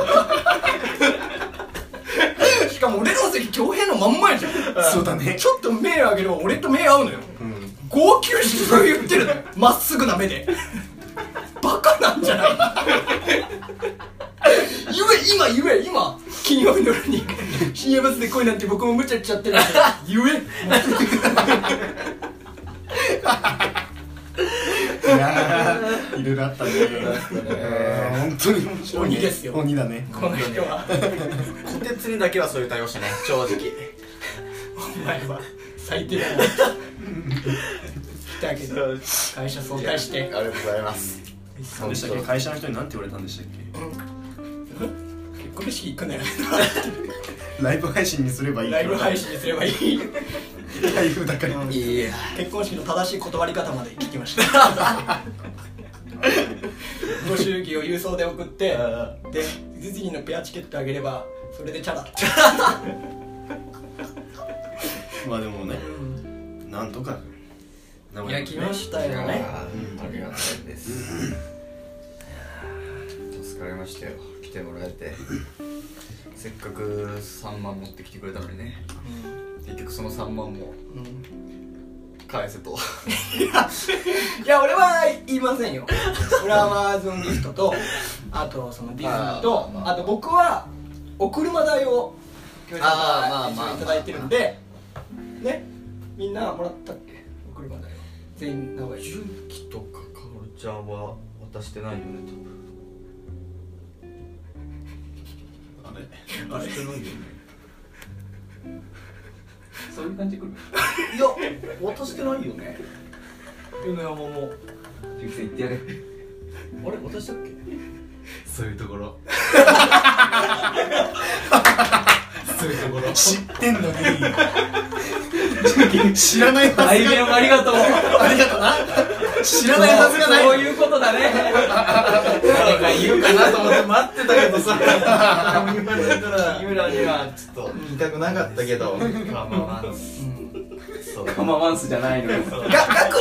S5: しかも俺の席恭平のまんまやじゃん
S7: そうだね
S5: ちょっと目あげれば俺と目合うのよ、号泣してそれ言ってるのよまっすぐな目でバカなんじゃない言え今言え今金曜日の夜に深夜バスで来いなんて僕も無茶言っちゃってるんだから言え
S7: いやーいろいろあったねうん本当に面白いね
S5: 鬼ですよ
S7: 鬼だね
S5: この人は
S8: こてつにだけはそういう対応してね正直
S5: お前は最低だ なだけど会社早退して
S8: ありがとうございます
S7: 何でしたっけ会社の人に何て言われたんでしたっ
S5: 結婚式行くなよ
S7: けライブ配信にすればいい
S5: ライブ配信にすればいい
S7: 台風だから
S8: いや
S5: 結婚式の正しい断り方まで聞きましたご祝儀を郵送で送ってでディズニーのペアチケットあげればそれでチャラって
S7: まあでもねなんとか生
S5: やきましたよね
S8: ありがたいです助かりましたよ来てもらえてせっかく3万持ってきてくれたのにね結局その3万も返せ と
S5: いや俺は言いませんよ俺はアマゾンギフト とあとそのディズニーと
S8: あーまあま
S5: あと僕はお車代を教授
S8: あ
S5: か
S8: ー
S5: 一
S8: まあまあ
S5: 緒
S8: まあ
S5: にいただいてるんでねみんなもらったっけお車代を全員名古屋に
S8: 気とかかおるちゃんは渡してないよね多分
S5: あれ
S2: そういう感じで来る
S8: いや渡してないよね米山も
S2: ゆきさん言ってやれ
S8: あれ渡したっけ
S9: そういうとこ ろそういうところ
S7: 知ってんのに知らないは
S2: 愛
S7: ず
S2: 弁ありがとう
S7: ありがとうな知らないはずがない
S2: そういうことだね
S9: 誰かいるかなと思って待ってたけどさ何も言われたら
S8: 木村にはちょっと言いたくなかったけどまあまあそう
S2: カマワンスじゃないのよ
S5: が額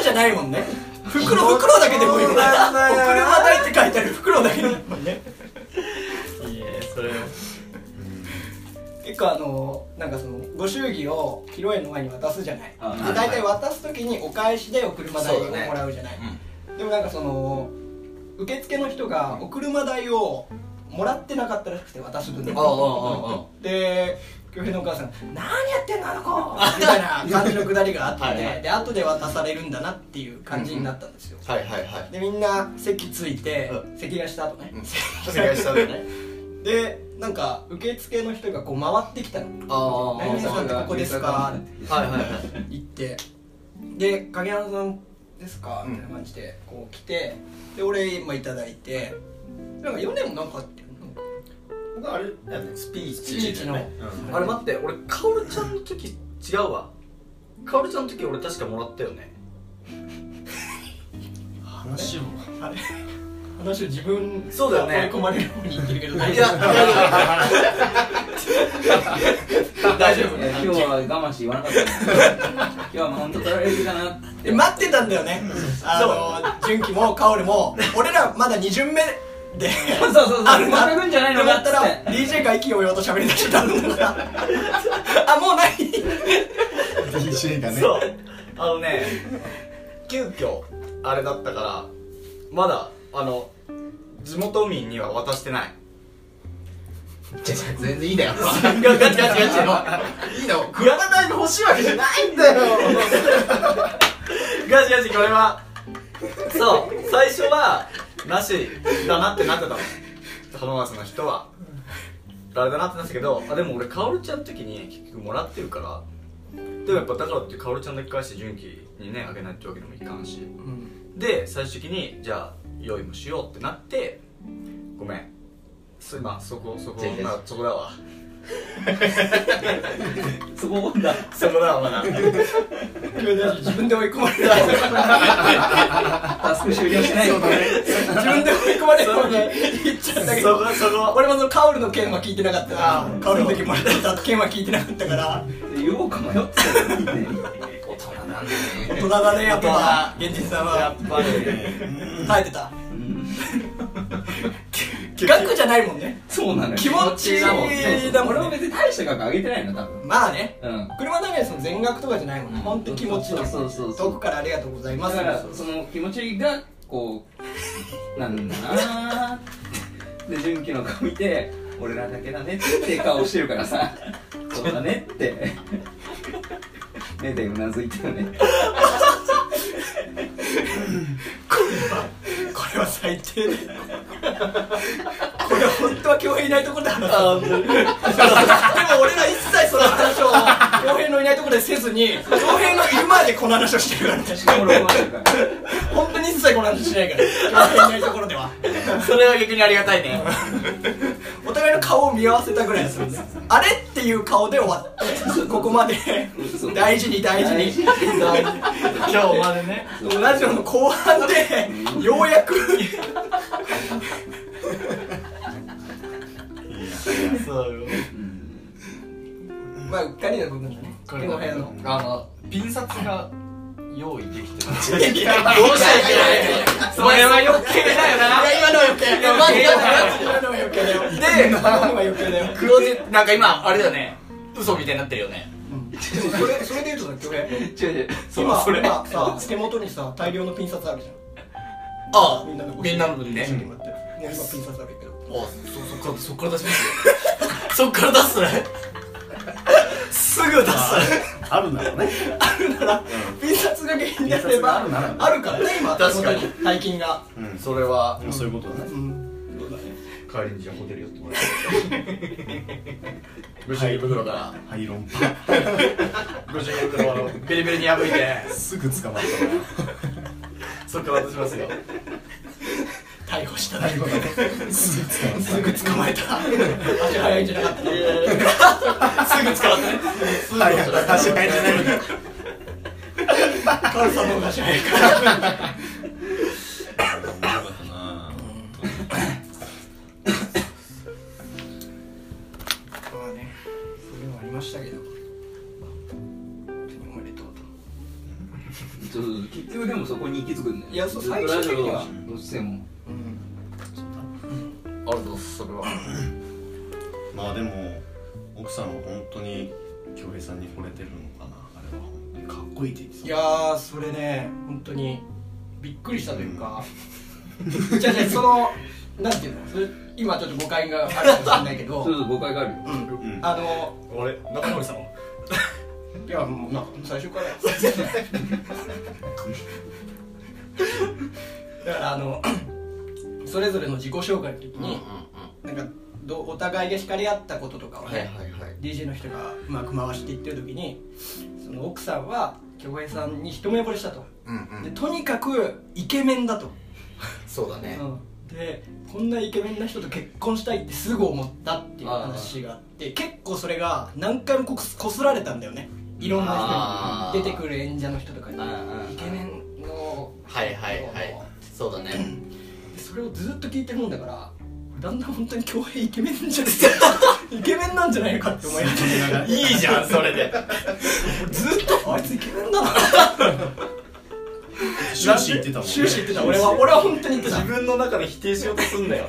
S5: じゃないもんね袋袋だけでもいいもんねお車代って書いてある袋だけでもね
S8: いやそれ
S5: 結構あのなんかそのご祝儀を披露宴の前に渡すじゃないで
S2: あはい
S5: 大体渡す時にお返しでお車代
S8: そ
S5: を
S8: うだね
S5: もらうじゃない、でもなんかその受付の人がお車代をもらってなかったらしくて渡す分
S8: あああああ
S5: で恭平のお母さん「何やってんのあの子!」みたいな感じのくだりがあって
S8: はいはい
S5: で後で渡されるんだなっていう感じになったんですよ、
S8: はいはいはい
S5: でみんな席ついて、
S8: う
S5: 席がした後ね、
S8: お願いしたでね
S5: でなんか受付の人がこう回ってきたの
S8: あ
S5: 「
S8: あ
S5: 何々さんってここですか?」って
S8: はいはいはい
S5: 行ってで「影山さんですか?」みたいな感じでこう来てで俺今いただいてなんか4年もなんかあって
S7: 僕あれだよね
S8: スピ
S5: スピーチの
S8: あれ待って俺カオルちゃんの時違うわカオルちゃんの時俺確かもらったよね
S7: 話を
S5: 話を自分
S8: そうだよね
S5: 追い込まれる方に行ってるけど
S8: いや 大丈夫
S2: いや今日は我慢して言わなかったね今日は本当取られるかなって
S5: で待ってたんだよねあの純喜も薫も俺らまだ2巡目で
S2: そうそうそう
S5: あるな
S2: 並ぶんじゃないのか
S5: だ
S2: っ
S5: っ
S2: つ
S5: た
S2: って
S5: ら DJ が息をようと喋り出してたんだからあもうない
S7: DJ がね
S8: そうあのね急遽あれだったからまだあの地元民には渡してない
S9: 全然いいだよ
S8: ガチガチガチガチいいのグラタイの欲しいわけじゃないんだよガチガチこれはそう最初はなしだなってなってたの浜松の人は誰だなってなってたけどあでも俺薫ちゃんの時に結局もらってるからでもやっぱだからって薫ちゃんだけ返して純喜にねあげないってわけにもいかんし、で最終的にじゃあ用意もしようってなってごめんすまあそこそこ、まあ、そこだわ
S2: そこなんだ
S8: そこだわまだ
S5: 自分で追い込まれた
S2: タスク終了しない
S7: そうだね
S5: 自分で追い込まれたのに言っちゃったけ
S8: そ
S5: ど
S8: こそこ
S5: 俺もそのカウルの件は聞いてなかったからカウルの時もらった件は聞いてなかったから
S2: 言おうか迷ってたよね大人なんだ
S5: 大
S2: ね
S5: 人だねやっぱ現実さんはやっぱり耐えてた
S2: うん
S5: 額じゃないもんね
S2: そうなのよ
S5: 気持ちだもんね
S2: そうそう俺は別に大した額上げてないの多分
S5: まあね
S2: うん
S5: 車だねその全額とかじゃないもんね本当気持ちの
S2: そうそうそうそう
S5: 遠くからありがとうございま
S2: だ
S5: す
S2: からその気持ちがこうなんだなーで純喜の顔見て俺らだけだねって顔してるからさそうだねって 目でうなずいたよね
S5: これは最低だよこれは本当は恭平いないところで話 したでも俺ら一切その話を恭平のいないところでせずに恭平のいる前でこの話をしてるからね
S2: しかも俺もあるから
S5: 本当に一切この話しない から恭平いないところでは
S8: それは逆にありがたいね
S5: お互いの顔を見合わせたぐらいです あれっていう顔で終わってここまで
S2: そう
S5: 大事に大事に大事に
S8: 今日までね
S5: ラジオの後半でようやく
S8: そうよ
S5: まあうっかりな部分だねこの辺の
S8: あのピン札が用意できてない
S5: どうしたらいけないそれは余計だよないや今のは余計いやマジで今のは余計だよで今のは余計だよ
S8: 黒字なんか今あれだよね嘘みたいになってるよね
S5: それそれで言うとだっけ俺
S8: 違う違うそう
S5: 今
S8: それ
S5: 今さ手元にさ大量のピン札あるじゃん
S8: あ
S5: みんなの
S8: みんなの分ね
S5: 見てもらってもう今ピン札あるけど
S8: あそそっからそっから出しますよそっから出すねすぐ出す
S7: あるんだろうね
S5: あるならピン札が原因であれば
S7: ピン札があるなら
S5: あるからね今
S8: 確かに
S5: 手元大金が
S7: うん
S8: それは
S7: まあそういうことだね
S5: うん
S8: 帰りにじゃあホテル寄ってもらって無事に袋か
S7: はい論破
S8: ら無事に袋をビリビリに破いて
S7: すぐ捕まっ
S8: そっから出しますよ
S5: 逮捕したす
S7: たなすぐ捕ま
S5: ぐ捕ま
S7: った
S5: えた足早いんじゃなかったの
S8: すぐ使わな
S7: は
S8: い
S7: いはい足早いじゃないのか
S5: カールさんの方が足早いからまあね、それはありましたけど、本当におめでとうと。
S2: そうそうそう結局でもそこに行き着くんだよ
S5: いやそう
S2: ずっとラジオ
S5: 最終的には
S2: どうしても
S8: あるぞそれは
S7: まあでも奥さんは本当に恭平さんに惚れてるのかなあれは本当にかっこいいって言ってた
S5: いやー、それね、本当にびっくりしたというか、じゃあね、その、なんていうの、それ今ちょっと誤解があるかもしれないけ
S2: そう
S5: ど、
S2: そう誤解があるよ
S7: うん
S5: あの、
S8: あれ中森さんはい
S5: や、もうなんか最初から。だからあのそれぞれの自己紹介の時に、なんかどうお互いが惹かれ合ったこととかをね、
S8: いはい
S5: DJ の人がうまく回していってる時にその奥さんは恭平さんに一目惚れしたと、でとにかくイケメンだと、
S8: そうだね
S5: でこんなイケメンな人と結婚したいってすぐ思ったっていう話があって結構それが何回もこすこすられたんだよねいろんな
S8: あ
S5: 人
S8: ー
S5: に出てくる演者の人とかに
S8: うんうん
S5: イケメンの
S8: はいはいはいそうだね
S5: でそれをずっと聞いてるもんだからだんだん本当に恭平イケメンじゃねえ イケメンなんじゃないかって思い始めながら
S8: いいじゃんそれで
S5: ずっとあいつイケメンだな
S7: 終始言ってたもんね
S5: 終始言ってた俺は俺は本当に言ってた
S8: 自分の中で否定しようとすんなよ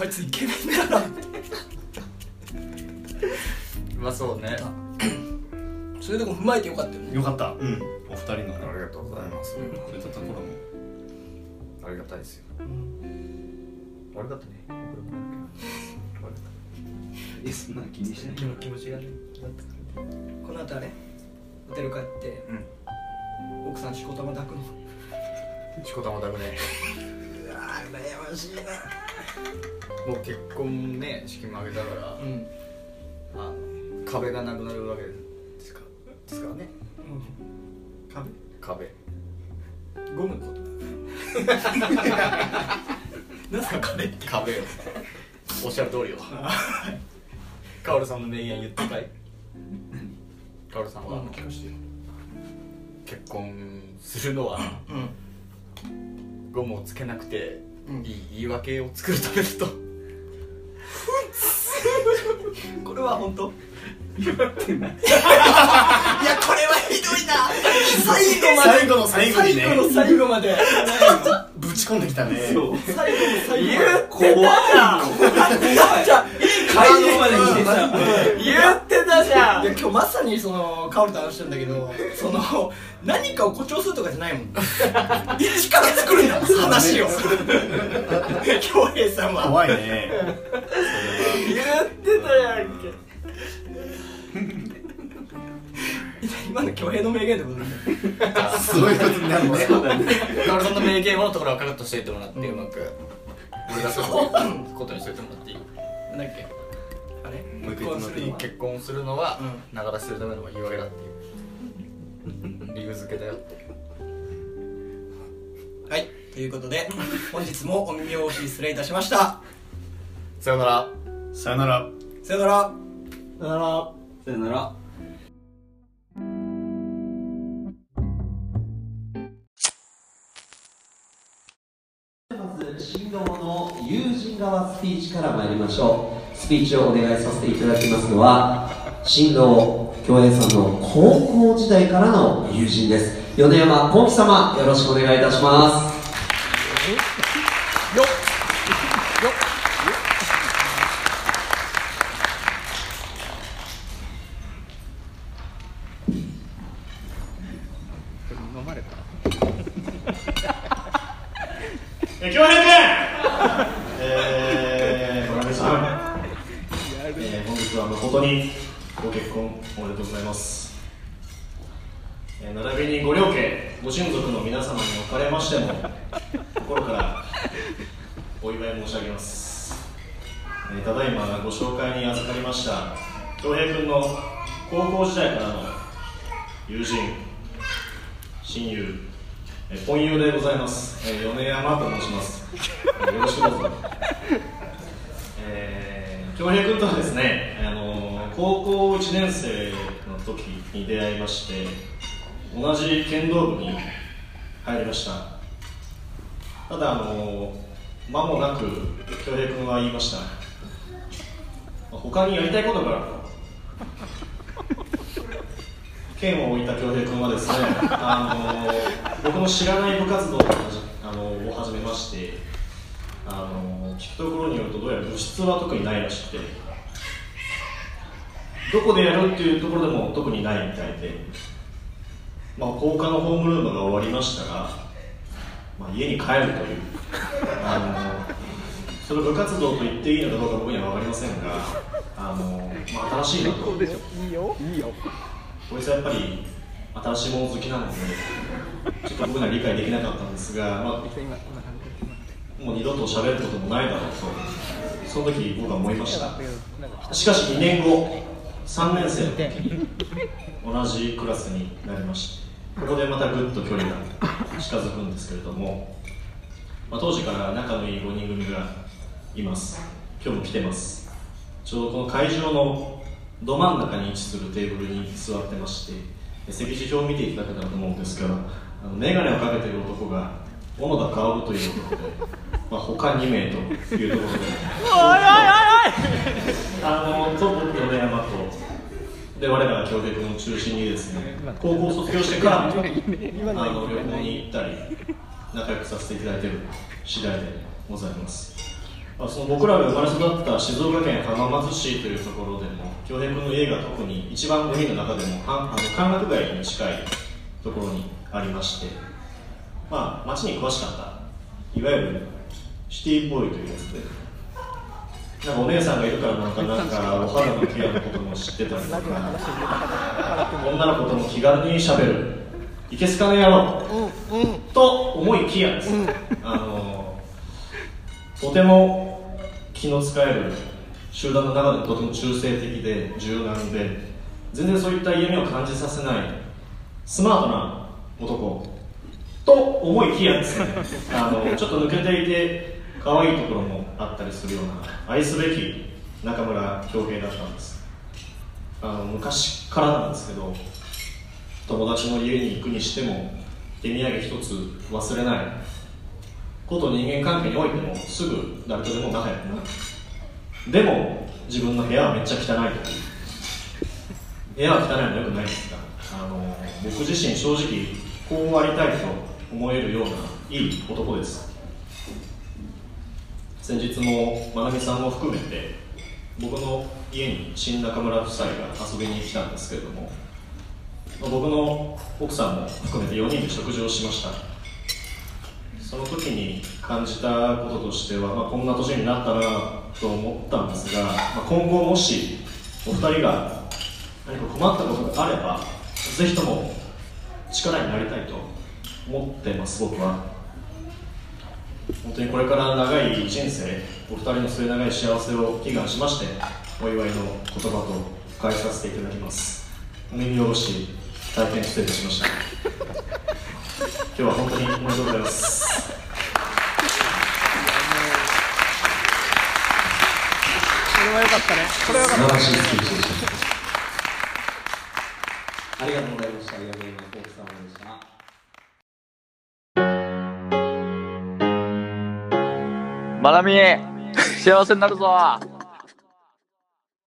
S5: あいつイケメンだなって
S8: まあそうね
S5: そういうとこ踏まえてよかったよね
S7: よかったうんお二人の
S8: ありがとうございます
S7: 触れたところも
S8: ありがたいですよ悪かったね悪かった
S2: えそんなの気にしない
S5: 気気持ちがねこの後あれホテル帰って、奥さんしこたま抱くの
S8: しこたまだくね
S5: あ羨ましいな
S8: もう結婚ね式も挙げたから、
S5: うん、うん、
S8: あの壁がなくなるわけですかですからね
S5: 壁
S8: 壁
S5: ゴムのこと
S8: 何すか壁って壁よおっしゃる通りよカオルさんの名言言ってかいカオルさんは、
S5: うん聞かしてよ
S8: 結婚するのは
S5: うん
S8: ゴムをつけなくて
S5: うん
S8: いい言い訳を作るためだと、これは本当
S5: いやこれはひどいな最後まで
S10: 最後の最後に
S5: 最後
S10: ね
S5: の最後まで
S10: ぶち込んできたね
S5: 最後の最後まで
S2: 怖い
S5: じゃあ
S2: 会場まで来てさ
S7: 言ってたじゃ
S5: いや今日まさにそのカオルと話してんだけどその何かを誇張するとかじゃないもん一から作るんだ話を恭平さんは
S10: 怖いね
S7: 言ってたやんけ
S5: 今の恭平の名言ってことなんだよ
S10: すごいことになるね
S8: カオルさんの名言をところはカラッとしていってもらって、うまく俺がそうことにしといてもらっていい
S5: なんだっけあれ
S8: もう一回言ってもらっていい結婚するのはながらするための言い訳だっていう理由付けだよって
S5: はいということで本日もお耳をおし失礼いたしました
S8: さよなら
S10: さよなら
S5: さよなら
S7: だから
S2: さよなら
S11: 新郎の友人側スピーチから参りましょうスピーチをお願いさせていただきますのは新郎恭平さんの高校時代からの友人です米山幸喜様よろしくお願いいたします
S7: え京平君
S10: えー、村上さん、えー、本日は誠にご結婚おめでとうございます、えー、並びにご両家ご親族の皆様におかれましても心からお祝い申し上げます、えー、ただいまご紹介に預かりました恭平君の高校時代からの友人親友えー婚友でございます、えー、米山と申します、えーよろしくどうぞえー恭平君とはですね、あのー高校1年生の時に出会いまして同じ剣道部に入りましたただあのー間もなく恭平君は言いました他にやりたいことがあると剣を置いた恭平君はですね、あのー僕の知らない部活動を始あのーを始めましてあの聞くところによるとどうやら部室は特にないらしくてどこでやるっていうところでも特にないみたいで、まあ、放課のホームルームが終わりましたが、まあ、家に帰るというあのそれを部活動と言っていいのかどうか僕には分かりませんがあの、まあ、新しいなといいよいいよこいつはやっぱり新しいもの好きなのでちょっと僕には理解できなかったんですが、まあ、もう二度と喋ることもないだろうとその時僕は思いましたしかし2年後3年生の時に同じクラスになりましてここでまたぐっと距離が近づくんですけれども、まあ、当時から仲のいい5人組がいます今日も来てますちょうどこの会場のど真ん中に位置するテーブルに座ってましてで席次表を見ていただけたらと思うんですがあの眼鏡をかけている男が小野田薫という男で、 まあ、他2名というところであのと僕米山とで我らが京平君を中心にですね高校を卒業してからもあの旅行に行ったり仲良くさせていただいている次第でございますまあ、その僕らが生まれ育った静岡県浜松市というところでも京平君の家が特に一番海の中でもはあの歓楽街に近いところにありまして、まあ、街に詳しかったいわゆるシティボーイというやつでなんかお姉さんがいるからなんかなんかお肌のケアのことも知ってたりとか女の子とも気軽にしゃべるいけすかね野郎と思いきやですねあのとても気の使える集団の中でもとても中性的で柔軟で全然そういった嫌味を感じさせないスマートな男と思いきやですね あのちょっと抜けていて可愛いところもあったりするような愛すべき中村恭平だったんですあの昔からなんですけど友達の家に行くにしても手土産一つ忘れないこと人間関係においてもすぐ誰とでも仲良くなるでも自分の部屋はめっちゃ汚いと部屋は汚いのよくないですがあの僕自身正直こうありたいと思えるようないい男です先日もまなみさんも含めて僕の家に新中村夫妻が遊びに来たんですけれどもまあ僕の奥さんも含めて4人で食事をしましたその時に感じたこととしては、まあ、こんな年になったなと思ったんですが、まあ、今後もしお二人が何か困ったことがあればぜひとも力になりたいと思ってます僕は本当にこれから長い人生お二人の末長い幸せを祈願しましてお祝いの言葉と返させていただきますお耳下ろし大変失礼いたしました今日は本当におめでとうございます
S11: 素晴らしいスピーチでした。ありがとうございました。4名のお客様でした。
S8: マナミ幸せになるぞ